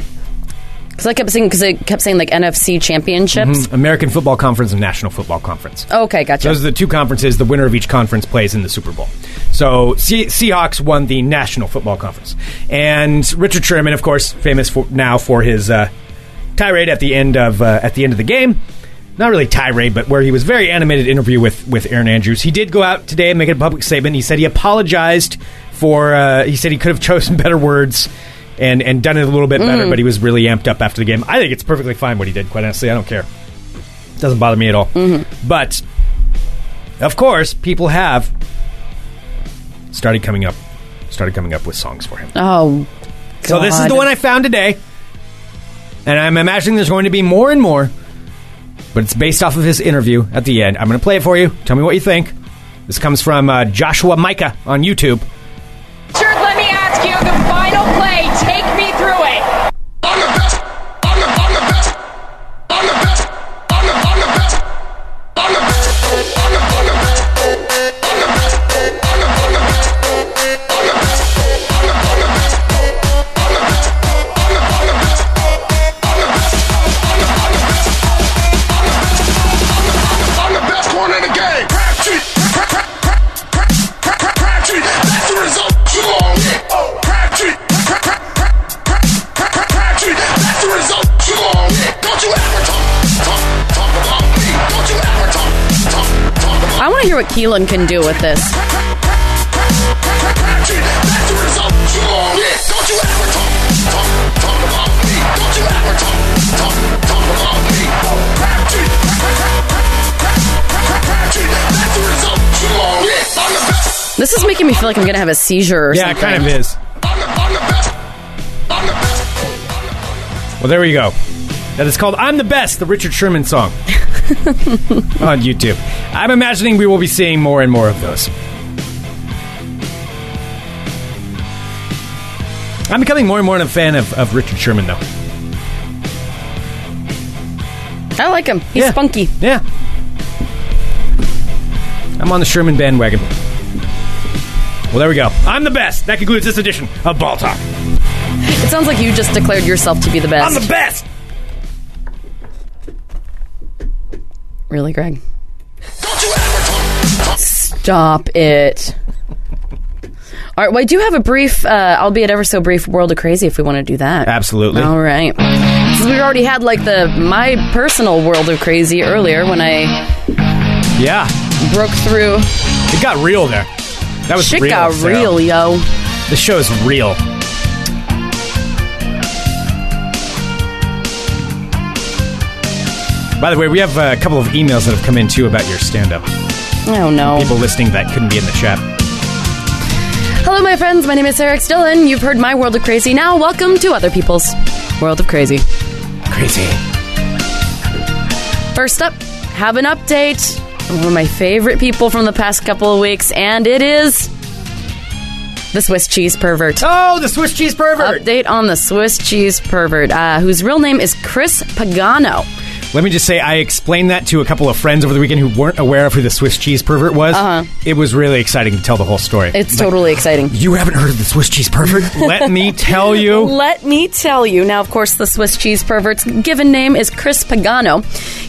Speaker 2: Because I kept saying, because it kept saying like NFC championships.
Speaker 1: American Football Conference and National Football Conference.
Speaker 2: Okay, gotcha.
Speaker 1: Mm-hmm. Those are the two conferences. The winner of each conference plays in the Super Bowl. So Se- Seahawks won the National Football Conference, and Richard Sherman, of course, famous for, now for his uh, tirade at the end of uh, at the end of the game. Not really tirade, but where he was very animated interview with with Aaron Andrews. He did go out today and make a public statement. He said he apologized for. Uh, he said he could have chosen better words. And, and done it a little bit better, but he was really amped up after the game. I think it's perfectly fine what he did, quite honestly. I don't care doesn't bother me at all. But of course, people have started coming up, started coming up with songs for him.
Speaker 2: oh,
Speaker 1: So this is the
Speaker 2: God.
Speaker 1: one I found today, and I'm imagining there's going to be more and more. But it's based off of his interview at the end. I'm going to play it for you. Tell me what you think. This comes from uh, Joshua Micah on YouTube.
Speaker 3: Richard, let me ask you the final play. Take me through it.
Speaker 4: I'm the best. I'm the, I'm the best. I'm the best. I'm the, I'm the best. I'm the best. I'm the, I'm the best. I'm the best. I'm the, I'm the best. I'm the best. I'm the, I'm the best. I'm the best. I'm the, I'm the best. I'm the best. I'm the, I'm the best. I'm the best corner in the game. Crabtree, Crab- Crab- Crab- Crab- Crab- Crab- Crabtree. That's the result. You all in. Crabtree, Crab- Crab- Crab- Crab- Crab- Crab- Crabtree. That's the result. You all in. Don't you ever talk, talk, talk about me. Don't you ever talk, talk, talk about
Speaker 2: I want to hear what Keelan can do with this.
Speaker 4: Crabtree. That's the result. You all in. Don't you ever talk, talk, talk about me. Don't you ever talk, talk, talk about me. Crabtree, Crab- Crab- Crab- Crab- Crab- Crabtree. That's the result. You all in. I'm the best.
Speaker 2: This is making me feel like I'm gonna have a seizure. Or
Speaker 1: yeah, it
Speaker 2: something.
Speaker 1: kind of is.
Speaker 4: I'm the, I'm the best. I'm the best.
Speaker 1: Well, there we go. That is called I'm the Best, the Richard Sherman song on YouTube. I'm imagining we will be seeing more and more of those. I'm becoming more and more a fan of, of Richard Sherman, though.
Speaker 2: I like him. He's
Speaker 1: Yeah.
Speaker 2: spunky.
Speaker 1: Yeah. I'm on the Sherman bandwagon. Well, there we go. I'm the best. That concludes this edition of Ball Talk.
Speaker 2: It sounds like you just declared yourself to be the best.
Speaker 1: I'm the best.
Speaker 2: really, Greg?
Speaker 4: Don't you ever talk.
Speaker 2: Stop it. All right. Well, I do have a brief, uh, albeit ever so brief, world of crazy. If we want to do that,
Speaker 1: Absolutely.
Speaker 2: All right. Since we already had like the my personal world of crazy earlier when I
Speaker 1: Yeah.
Speaker 2: broke through.
Speaker 1: It got real there. That was
Speaker 2: Shit
Speaker 1: real.
Speaker 2: got
Speaker 1: Sarah.
Speaker 2: real, yo.
Speaker 1: The show is real. By the way, we have uh, a couple of emails that have come in too about your stand up.
Speaker 2: Oh no.
Speaker 1: People listening that couldn't be in the chat.
Speaker 2: Hello, my friends. My name is Sarah X. Dillon. You've heard my world of crazy. Now, welcome to other people's world of crazy.
Speaker 1: Crazy.
Speaker 2: First up, have an update. on One of my favorite people from the past couple of weeks, and it is the Swiss cheese pervert.
Speaker 1: Oh, the Swiss cheese pervert.
Speaker 2: Update on the Swiss cheese pervert, uh, whose real name is Chris Pagano.
Speaker 1: Let me just say, I explained that to a couple of friends over the weekend who weren't aware of who the Swiss cheese pervert was. Uh-huh. It was really exciting to tell the whole story.
Speaker 2: It's totally exciting.
Speaker 1: you haven't heard of the Swiss cheese pervert? Let me tell Oh, you.
Speaker 2: Let me tell you. Now, of course, the Swiss cheese pervert's given name is Chris Pagano.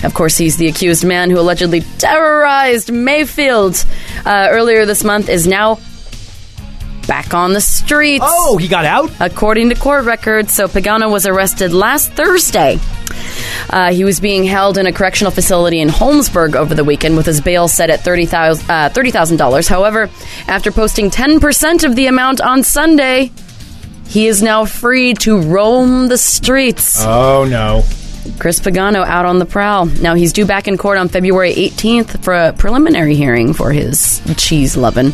Speaker 2: Of course, he's the accused man who allegedly terrorized Mayfield uh, earlier this month, is now back on the streets.
Speaker 1: Oh, he got out?
Speaker 2: According to court records, so Pagano was arrested last Thursday. Uh, he was being held in a correctional facility in Holmesburg over the weekend with his bail set at $30,000. Uh, $30,000. However, after posting 10% of the amount on Sunday, he is now free to roam the streets.
Speaker 1: Oh, no.
Speaker 2: Chris Pagano out on the prowl. Now he's due back in court on February 18th for a preliminary hearing for his cheese lovin'.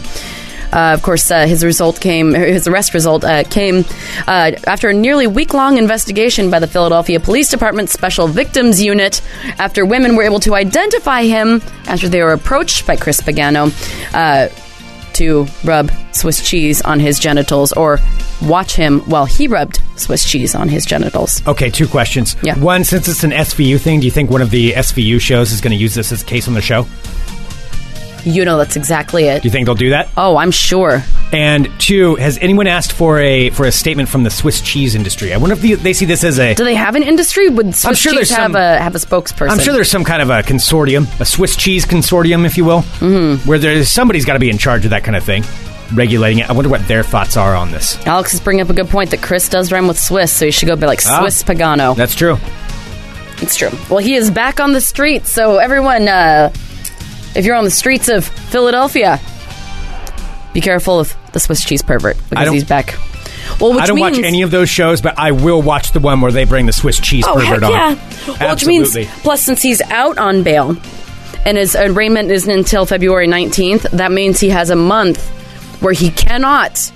Speaker 2: Uh, of course, uh, his result came. His arrest result uh, came uh, after a nearly week-long investigation by the Philadelphia Police Department's Special Victims Unit. After women were able to identify him after they were approached by Chris Pagano uh, to rub Swiss cheese on his genitals, or watch him while he rubbed Swiss cheese on his genitals.
Speaker 1: Okay, two questions.
Speaker 2: Yeah.
Speaker 1: One, since it's an SVU thing, do you think one of the SVU shows is going to use this as a case on the show? Do
Speaker 2: You know that's exactly it.
Speaker 1: you think they'll do that?
Speaker 2: Oh, I'm sure.
Speaker 1: And two, has anyone asked for a for a statement from the Swiss cheese industry? I wonder if the, they see this as a.
Speaker 2: Do they have an industry? Would Swiss
Speaker 1: sure
Speaker 2: cheese
Speaker 1: there's
Speaker 2: have
Speaker 1: some-
Speaker 2: a have a spokesperson?
Speaker 1: I'm sure there's some kind of a consortium, a Swiss cheese consortium, if you will, mm-hmm. where there's somebody's got to be in charge of that kind of thing, regulating it. I wonder what their thoughts are on this.
Speaker 2: Alex is bringing up a good point that Chris does rhyme with Swiss, so you should go be like
Speaker 1: Ah.
Speaker 2: Swiss Pagano.
Speaker 1: That's true.
Speaker 2: It's true. Well, he is back on the streets, so everyone, uh, if you're on the streets of Philadelphia, be careful of the Swiss cheese pervert because
Speaker 1: don't-
Speaker 2: he's back. Well, which
Speaker 1: I don't
Speaker 2: means,
Speaker 1: watch any of those shows, but I will watch the one where they bring the Swiss cheese
Speaker 2: Oh, heck
Speaker 1: pervert on.
Speaker 2: yeah. Well, which means,
Speaker 1: Absolutely.
Speaker 2: plus, since he's out on bail and his arraignment isn't until February 19th, that means he has a month where he cannot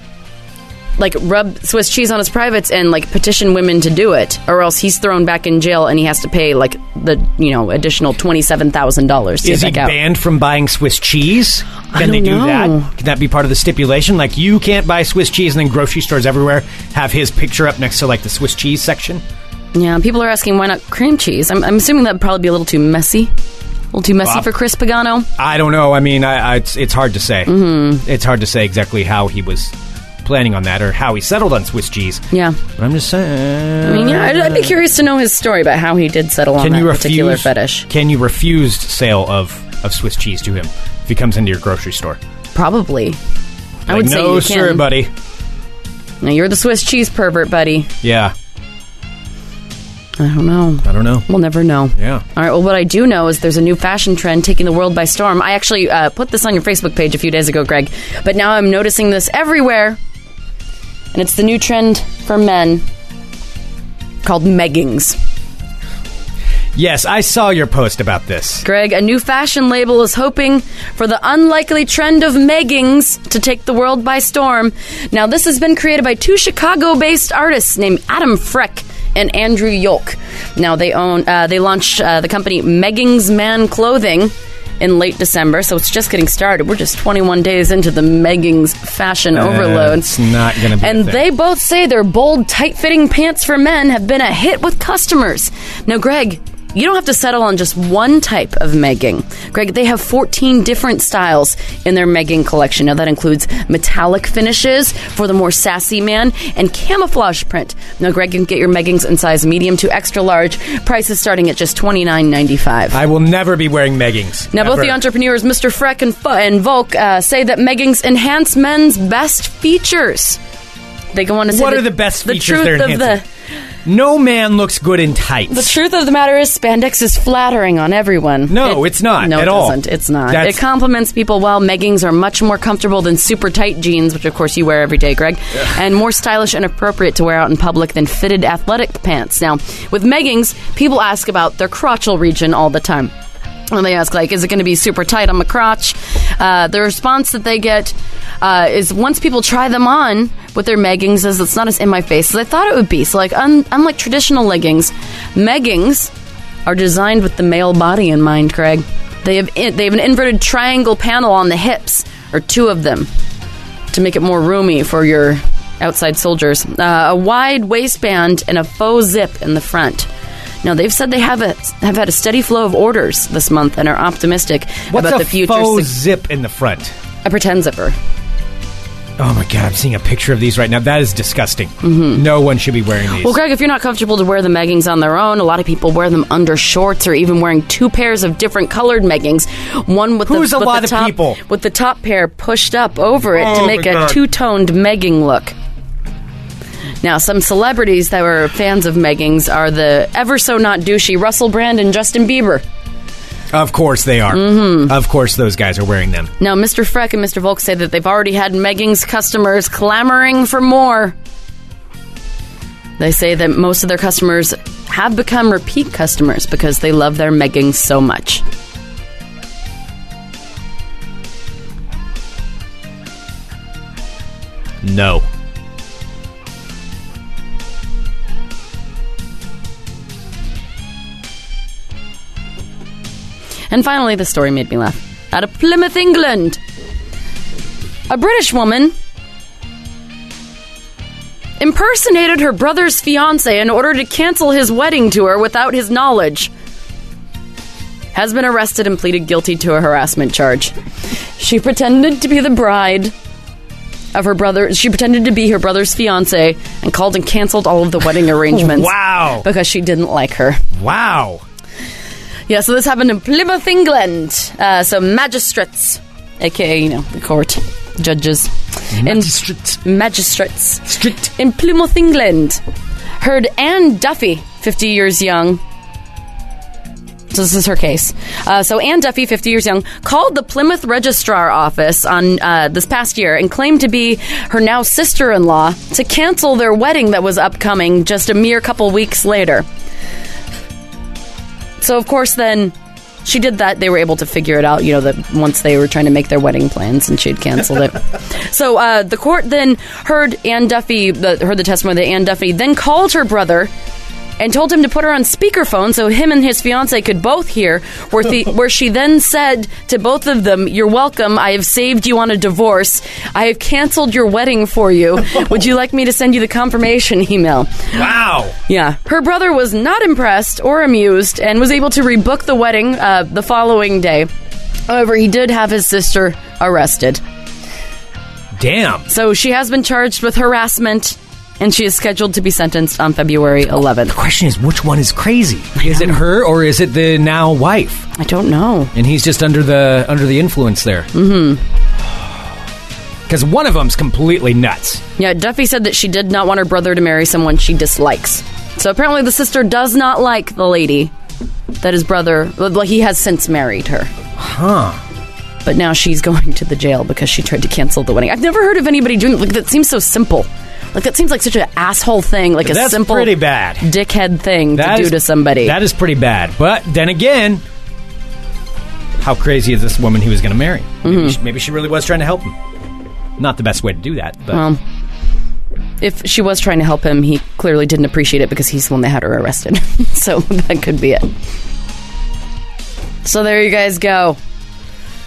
Speaker 2: like rub Swiss cheese on his privates and like petition women to do it, or else he's thrown back in jail and he has to pay like the you know additional twenty seven thousand dollars to
Speaker 1: Is he
Speaker 2: get back out.
Speaker 1: banned from buying Swiss cheese? Can they
Speaker 2: don't
Speaker 1: do
Speaker 2: know.
Speaker 1: that? Can that be part of the stipulation? Like you can't buy Swiss cheese, and then grocery stores everywhere have his picture up next to like the Swiss cheese section.
Speaker 2: Yeah, people are asking why not cream cheese. I'm, I'm assuming that'd probably be a little too messy, a little too messy
Speaker 1: Bob.
Speaker 2: for Chris Pagano.
Speaker 1: I don't know. I mean, I, I, it's it's hard to say.
Speaker 2: Mm-hmm.
Speaker 1: It's hard to say exactly how he was planning on that or how he settled on Swiss cheese.
Speaker 2: Yeah,
Speaker 1: But I'm just saying.
Speaker 2: I mean, yeah, I'd, I'd be curious to know his story about how he did settle Mm-hmm. on
Speaker 1: Can
Speaker 2: that
Speaker 1: you
Speaker 2: particular
Speaker 1: refuse?
Speaker 2: fetish.
Speaker 1: Can you refuse sale of of Swiss cheese to him if he comes into your grocery store?
Speaker 2: Probably. I
Speaker 1: Like,
Speaker 2: would say
Speaker 1: no,
Speaker 2: you
Speaker 1: sir,
Speaker 2: can.
Speaker 1: buddy.
Speaker 2: Now, you're the Swiss cheese pervert, buddy.
Speaker 1: Yeah,
Speaker 2: I don't know.
Speaker 1: I don't know.
Speaker 2: We'll never know.
Speaker 1: Yeah.
Speaker 2: All right. Well, what I do know is there's a new fashion trend taking the world by storm. I actually uh, put this on your Facebook page a few days ago, Greg, but now I'm noticing this everywhere, and it's the new trend for men called meggings.
Speaker 1: Yes, I saw your post about this.
Speaker 2: Greg, a new fashion label is hoping for the unlikely trend of meggings to take the world by storm. Now, this has been created by two Chicago-based artists named Adam Freck and Andrew Yolk. Now, they own uh, they launched uh, the company Meggings Man Clothing in late December, so it's just getting started. We're just 21 days into the meggings fashion overload.
Speaker 1: Uh, It's not gonna be a
Speaker 2: And
Speaker 1: thing.
Speaker 2: they both say their bold, tight fitting pants for men have been a hit with customers. Now, Greg, you don't have to settle on just one type of megging. Greg, they have 14 different styles in their megging collection. Now, that includes metallic finishes for the more sassy man and camouflage print. Now, Greg, you can get your meggings in size medium to extra large. Prices starting at just $29.95.
Speaker 1: I will never be wearing meggings.
Speaker 2: Now, both
Speaker 1: Never.
Speaker 2: the entrepreneurs, Mr. Freck and, Fu- and Volk, uh, say that meggings enhance men's best features. They go on to say
Speaker 1: What
Speaker 2: that
Speaker 1: are the best
Speaker 2: the
Speaker 1: features
Speaker 2: truth
Speaker 1: they're
Speaker 2: of the
Speaker 1: enhancing? No man looks good in tights.
Speaker 2: the truth of the matter is spandex is flattering on everyone.
Speaker 1: No, it's not
Speaker 2: No,
Speaker 1: at
Speaker 2: it
Speaker 1: all.
Speaker 2: doesn't. It's not.
Speaker 1: That's-
Speaker 2: it compliments people while meggings are much more comfortable than super tight jeans, which of course you wear every day, Greg, and more stylish and appropriate to wear out in public than fitted athletic pants. Now, with meggings, people ask about their crotchal region all the time. And they ask, like, is it going to be super tight on my crotch? Uh, the response that they get uh, is once people try them on with their meggings, is it's not as in my face as I thought it would be. So, like, un- unlike traditional leggings, meggings are designed with the male body in mind, Craig. They have in, they have an inverted triangle panel on the hips, or two of them, to make it more roomy for your outside soldiers. Uh, a wide waistband and a faux zip in the front. Now they've said they have a have had a steady flow of orders this month and are optimistic
Speaker 1: What's
Speaker 2: about
Speaker 1: a
Speaker 2: the future.
Speaker 1: faux
Speaker 2: sig-
Speaker 1: zip in the front?
Speaker 2: a pretend zipper.
Speaker 1: Oh my god, I'm seeing a picture of these right now. That is disgusting. No one should be wearing these.
Speaker 2: Mm-hmm. Well, Greg, if you're not comfortable to wear the meggings on their own, a lot of people wear them under shorts or even wearing two pairs of different colored meggings. One with
Speaker 1: Who's
Speaker 2: the,
Speaker 1: a
Speaker 2: with
Speaker 1: lot
Speaker 2: the
Speaker 1: of
Speaker 2: top,
Speaker 1: people?
Speaker 2: with the top pair pushed up over it
Speaker 1: Oh,
Speaker 2: to make
Speaker 1: my
Speaker 2: a
Speaker 1: God.
Speaker 2: two-toned megging look. Now, some celebrities that were fans of meggings are the ever so not douchey Russell Brand and Justin Bieber.
Speaker 1: of course they are.
Speaker 2: Mm-hmm.
Speaker 1: Of course those guys are wearing them.
Speaker 2: Now, Mr. Freck and Mr. Volk say that they've already had Meggings customers clamoring for more. They say that most of their customers have become repeat customers because they love their Meggings so much.
Speaker 1: No.
Speaker 2: And finally, the story made me laugh. Out of Plymouth, England, a British woman impersonated her brother's fiance in order to cancel his wedding to her without his knowledge. Has been arrested and pleaded guilty to a harassment charge. She pretended to be the bride of her brother. She pretended to be her brother's fiance and called and canceled all of the wedding arrangements
Speaker 1: Wow.
Speaker 2: because she didn't like her.
Speaker 1: Wow.
Speaker 2: Yeah, so this happened in Plymouth, England. Uh, so magistrates, aka you know the court, judges,
Speaker 1: Magistrate.
Speaker 2: in, magistrates
Speaker 1: Strict.
Speaker 2: in Plymouth, England, heard Anne Duffy, 50 years young. So this is her case. Uh, so Anne Duffy, 50 years young, called the Plymouth Registrar Office on uh, this past year and claimed to be her now sister-in-law to cancel their wedding that was upcoming just a mere couple weeks later. So of course, then she did that. They were able to figure it out, you know, that once they were trying to make their wedding plans and she'd canceled it. so uh, the court then heard Ann Duffy, the, heard the testimony that Ann Duffy then called her brother and told him to put her on speakerphone so him and his fiance could both hear. Where, the, where she then said to both of them, "You're welcome. I have saved you on a divorce. I have canceled your wedding for you. Would you like me to send you the confirmation email?"
Speaker 1: Wow.
Speaker 2: Yeah. Her brother was not impressed or amused and was able to rebook the wedding uh, the following day. However, he did have his sister arrested.
Speaker 1: Damn.
Speaker 2: So she has been charged with harassment and she is scheduled to be sentenced on February 11th.
Speaker 1: Question is, which one is crazy? Is it her or is it the now wife?
Speaker 2: I don't know.
Speaker 1: And he's just under the under the influence there. Mm-hmm. Because one of them's completely nuts.
Speaker 2: Yeah, Duffy said that she did not want her brother to marry someone she dislikes. So apparently the sister does not like the lady that his brother, well, he has since married her.
Speaker 1: Huh.
Speaker 2: But now she's going to the jail because she tried to cancel the wedding. I've never heard of anybody doing like that. Seems so simple. Like that seems like such an asshole thing. Like a
Speaker 1: That's
Speaker 2: simple,
Speaker 1: pretty bad.
Speaker 2: dickhead thing
Speaker 1: That
Speaker 2: to
Speaker 1: is-
Speaker 2: do to somebody.
Speaker 1: That is pretty bad. But then again, how crazy is this woman he was going to marry?
Speaker 2: Mm-hmm.
Speaker 1: Maybe, she, maybe she really was trying to help him. Not the best way to do that, but
Speaker 2: Um, if she was trying to help him, he clearly didn't appreciate it because he's the one that had her arrested. so that could be it. So there you guys go.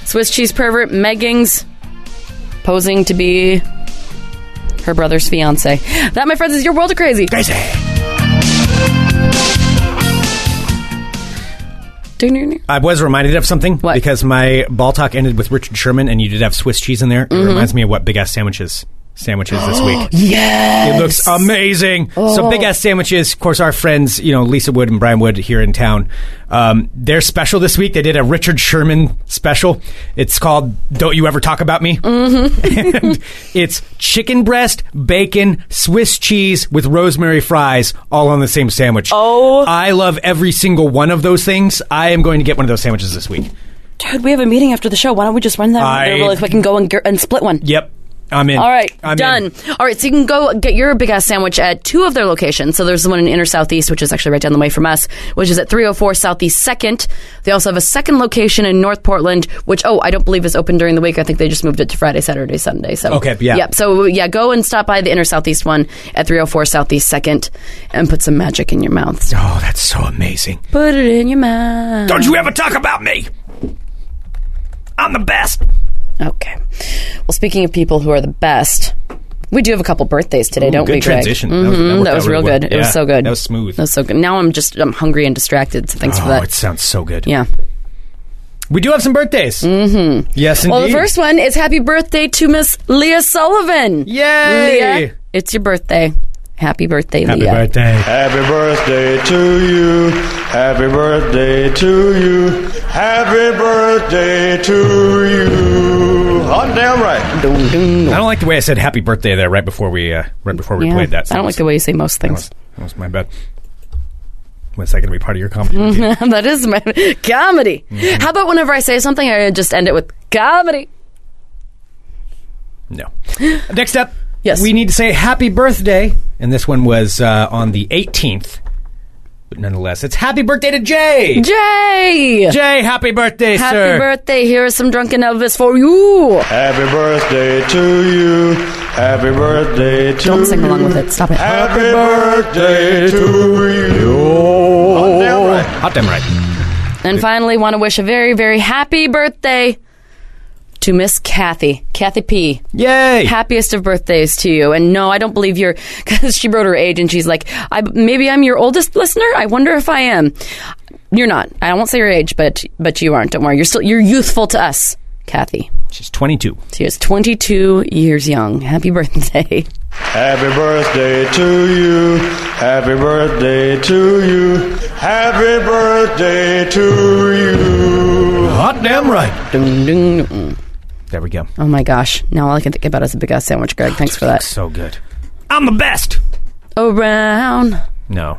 Speaker 2: Swiss cheese pervert Meggings posing to be her brother's fiance. That, my friends, is your world of crazy.
Speaker 1: crazy. I was reminded of something
Speaker 2: What?
Speaker 1: because my ball talk ended with Richard Sherman, and you did have Swiss cheese in there. It
Speaker 2: Mm-hmm.
Speaker 1: reminds me of what big ass sandwiches sandwiches this week.
Speaker 2: Yes. Oh.
Speaker 1: It looks amazing. So big ass sandwiches. Of course, our friends, you know, Lisa Wood and Brian Wood here in town. Um, their special this week. They did a Richard Sherman special. It's called "Don't You Ever Talk About Me." Mm-hmm. and it's chicken breast, bacon, Swiss cheese with rosemary fries, all on the same sandwich. Oh, I love every single one of those things. I am going to get one of those sandwiches this week.
Speaker 2: Dude, we have a meeting after the show. Why don't we just run that
Speaker 1: I-
Speaker 2: I... really quick and go and, get- and split one?
Speaker 1: Yep, I'm in.
Speaker 2: All right,
Speaker 1: I'm in.
Speaker 2: done. All right, so you can go get your big ass sandwich at two of their locations. So there's the one in Inner Southeast, which is actually right down the way from us, which is at 304 Southeast 2nd. They also have a second location in North Portland, which, oh, I don't believe is open during the week. I think they just moved it to Friday, Saturday, Sunday. So
Speaker 1: Okay, yeah.
Speaker 2: Yep, so yeah, go and stop by the Inner Southeast one at 304 Southeast 2nd and put some magic in your mouth.
Speaker 1: Oh, that's so amazing.
Speaker 2: Put it in your mouth.
Speaker 1: Don't you ever talk about me. I'm the best.
Speaker 2: Okay. Well, speaking of people who are the best, we do have a couple birthdays today, don't
Speaker 1: good
Speaker 2: we? Greg?
Speaker 1: transition. That
Speaker 2: Mhm,
Speaker 1: was- that
Speaker 2: That was,
Speaker 1: worked out really
Speaker 2: real
Speaker 1: well.
Speaker 2: good. It was
Speaker 1: Yeah,
Speaker 2: so good.
Speaker 1: that was smooth.
Speaker 2: That was so good. Now I'm just I'm hungry and distracted. So thanks for
Speaker 1: Oh,
Speaker 2: that.
Speaker 1: it sounds so good.
Speaker 2: yeah.
Speaker 1: We do have some birthdays. Mm-hmm. Yes, indeed.
Speaker 2: Well, the first one is happy birthday to Miss Leah Sullivan.
Speaker 1: Yay!
Speaker 2: Leah, it's your birthday. Happy birthday,
Speaker 1: Happy
Speaker 2: Leah.
Speaker 1: birthday.
Speaker 5: Happy birthday to you. Happy birthday to you. Happy birthday to you. I'm damn right.
Speaker 1: I don't like the way I said happy birthday there right before we uh, right before we
Speaker 2: Yeah.
Speaker 1: played that.
Speaker 2: I don't like the way you say most
Speaker 1: That
Speaker 2: things.
Speaker 1: was, that was my bad. Was that going to be part of your comedy? routine?
Speaker 2: that is my comedy.
Speaker 1: Mm-hmm.
Speaker 2: How about whenever I say something, I just end it with comedy?
Speaker 1: no. Next up,
Speaker 2: Yes.
Speaker 1: we need to say happy birthday, and this one was uh, on the 18th. But nonetheless, it's happy birthday to Jay.
Speaker 2: Jay!
Speaker 1: Jay, happy birthday,
Speaker 2: Happy
Speaker 1: sir.
Speaker 2: birthday. Here is some drunken Elvis for you.
Speaker 5: Happy birthday to you. Happy birthday to
Speaker 2: Don't sing along with it. Stop it.
Speaker 5: Happy birthday to you. I'm damn right.
Speaker 1: Hot damn right.
Speaker 2: And finally, want to wish a very, very happy birthday to Miss Kathy. Kathy P.
Speaker 1: Yay!
Speaker 2: Happiest of birthdays to you. And no, I don't believe you're, because she wrote her age and she's like, I, maybe I'm your oldest listener. I wonder if I am. You're not. I won't say your age, but but you aren't. Don't worry. You're still you're youthful to us, Kathy.
Speaker 1: She's 22.
Speaker 2: She is 22 years young. Happy birthday.
Speaker 5: Happy birthday to you. Happy birthday to you. Happy birthday to you.
Speaker 1: Hot damn right.
Speaker 2: Dun, dun, dun.
Speaker 1: There we go.
Speaker 2: Oh my gosh. Now all I can think about is a big ass sandwich, Greg. Thanks for that.
Speaker 1: So good. I'm the best.
Speaker 2: Around.
Speaker 1: No.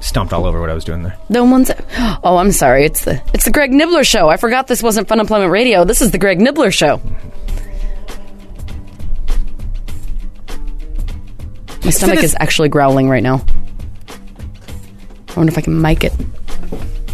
Speaker 1: Stomped all over what I was doing there.
Speaker 2: The ones. That, oh, I'm sorry. It's the it's the Greg Nibbler show. I forgot this wasn't Fun Employment Radio. This is the Greg Nibbler show. My stomach
Speaker 1: this-
Speaker 2: is actually growling right now. I wonder if I can mic it.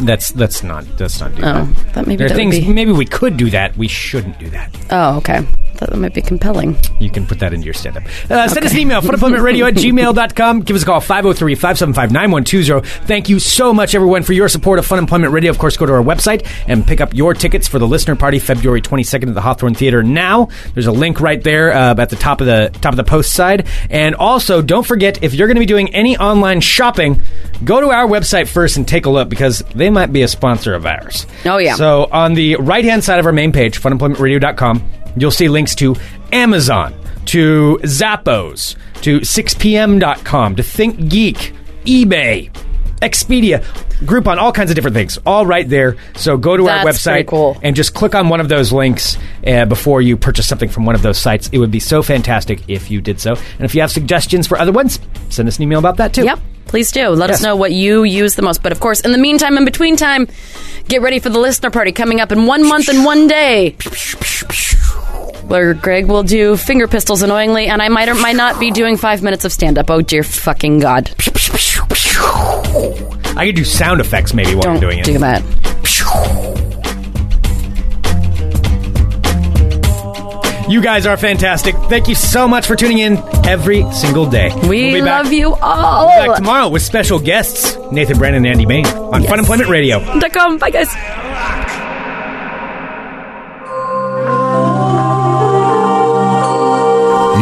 Speaker 1: that's that's not that's not do
Speaker 2: Oh,
Speaker 1: that.
Speaker 2: that maybe
Speaker 1: there are
Speaker 2: that would
Speaker 1: things
Speaker 2: be-
Speaker 1: maybe we could do that. We shouldn't do that.
Speaker 2: Oh, okay. That, that might be compelling.
Speaker 1: You can put that into your stand up. Uh, send us an email, funemploymentradio at gmail.com. Give us a call, 503 575 9120. Thank you so much, everyone, for your support of Fun Employment Radio. Of course, go to our website and pick up your tickets for the listener party February 22nd at the Hawthorne Theater now. There's a link right there uh, at the top of the top of the post side. And also, don't forget if you're going to be doing any online shopping, go to our website first and take a look because they might be a sponsor of ours.
Speaker 2: Oh, yeah.
Speaker 1: So so on the right hand side of our main page, funemploymentradio.com, you'll see links to Amazon, to Zappos, to 6pm.com, to Think Geek, eBay, Expedia, Groupon, all kinds of different things, all right there. So go to our
Speaker 2: That's
Speaker 1: website
Speaker 2: pretty cool.
Speaker 1: and just click on one of those links uh, before you purchase something from one of those sites. It would be so fantastic if you did so. And if you have suggestions for other ones, send us an email about that too.
Speaker 2: Yep. Please do. Let
Speaker 1: Yes.
Speaker 2: us know what you use the most. But of course, in the meantime, in between time, get ready for the listener party coming up in one month and one day. Where Greg will do finger pistols annoyingly, and I might or might not be doing five minutes of stand up. Oh dear fucking god!
Speaker 1: I could do sound effects maybe while
Speaker 2: Don't
Speaker 1: I'm doing it.
Speaker 2: do that.
Speaker 1: You guys are fantastic. Thank you so much for tuning in every single day.
Speaker 2: We
Speaker 1: We'll be back-
Speaker 2: love you
Speaker 1: We'll be back
Speaker 2: all.
Speaker 1: tomorrow with special guests Nathan Brandon and Andy Bain on Fun Employment Radio.
Speaker 2: Come, bye guys.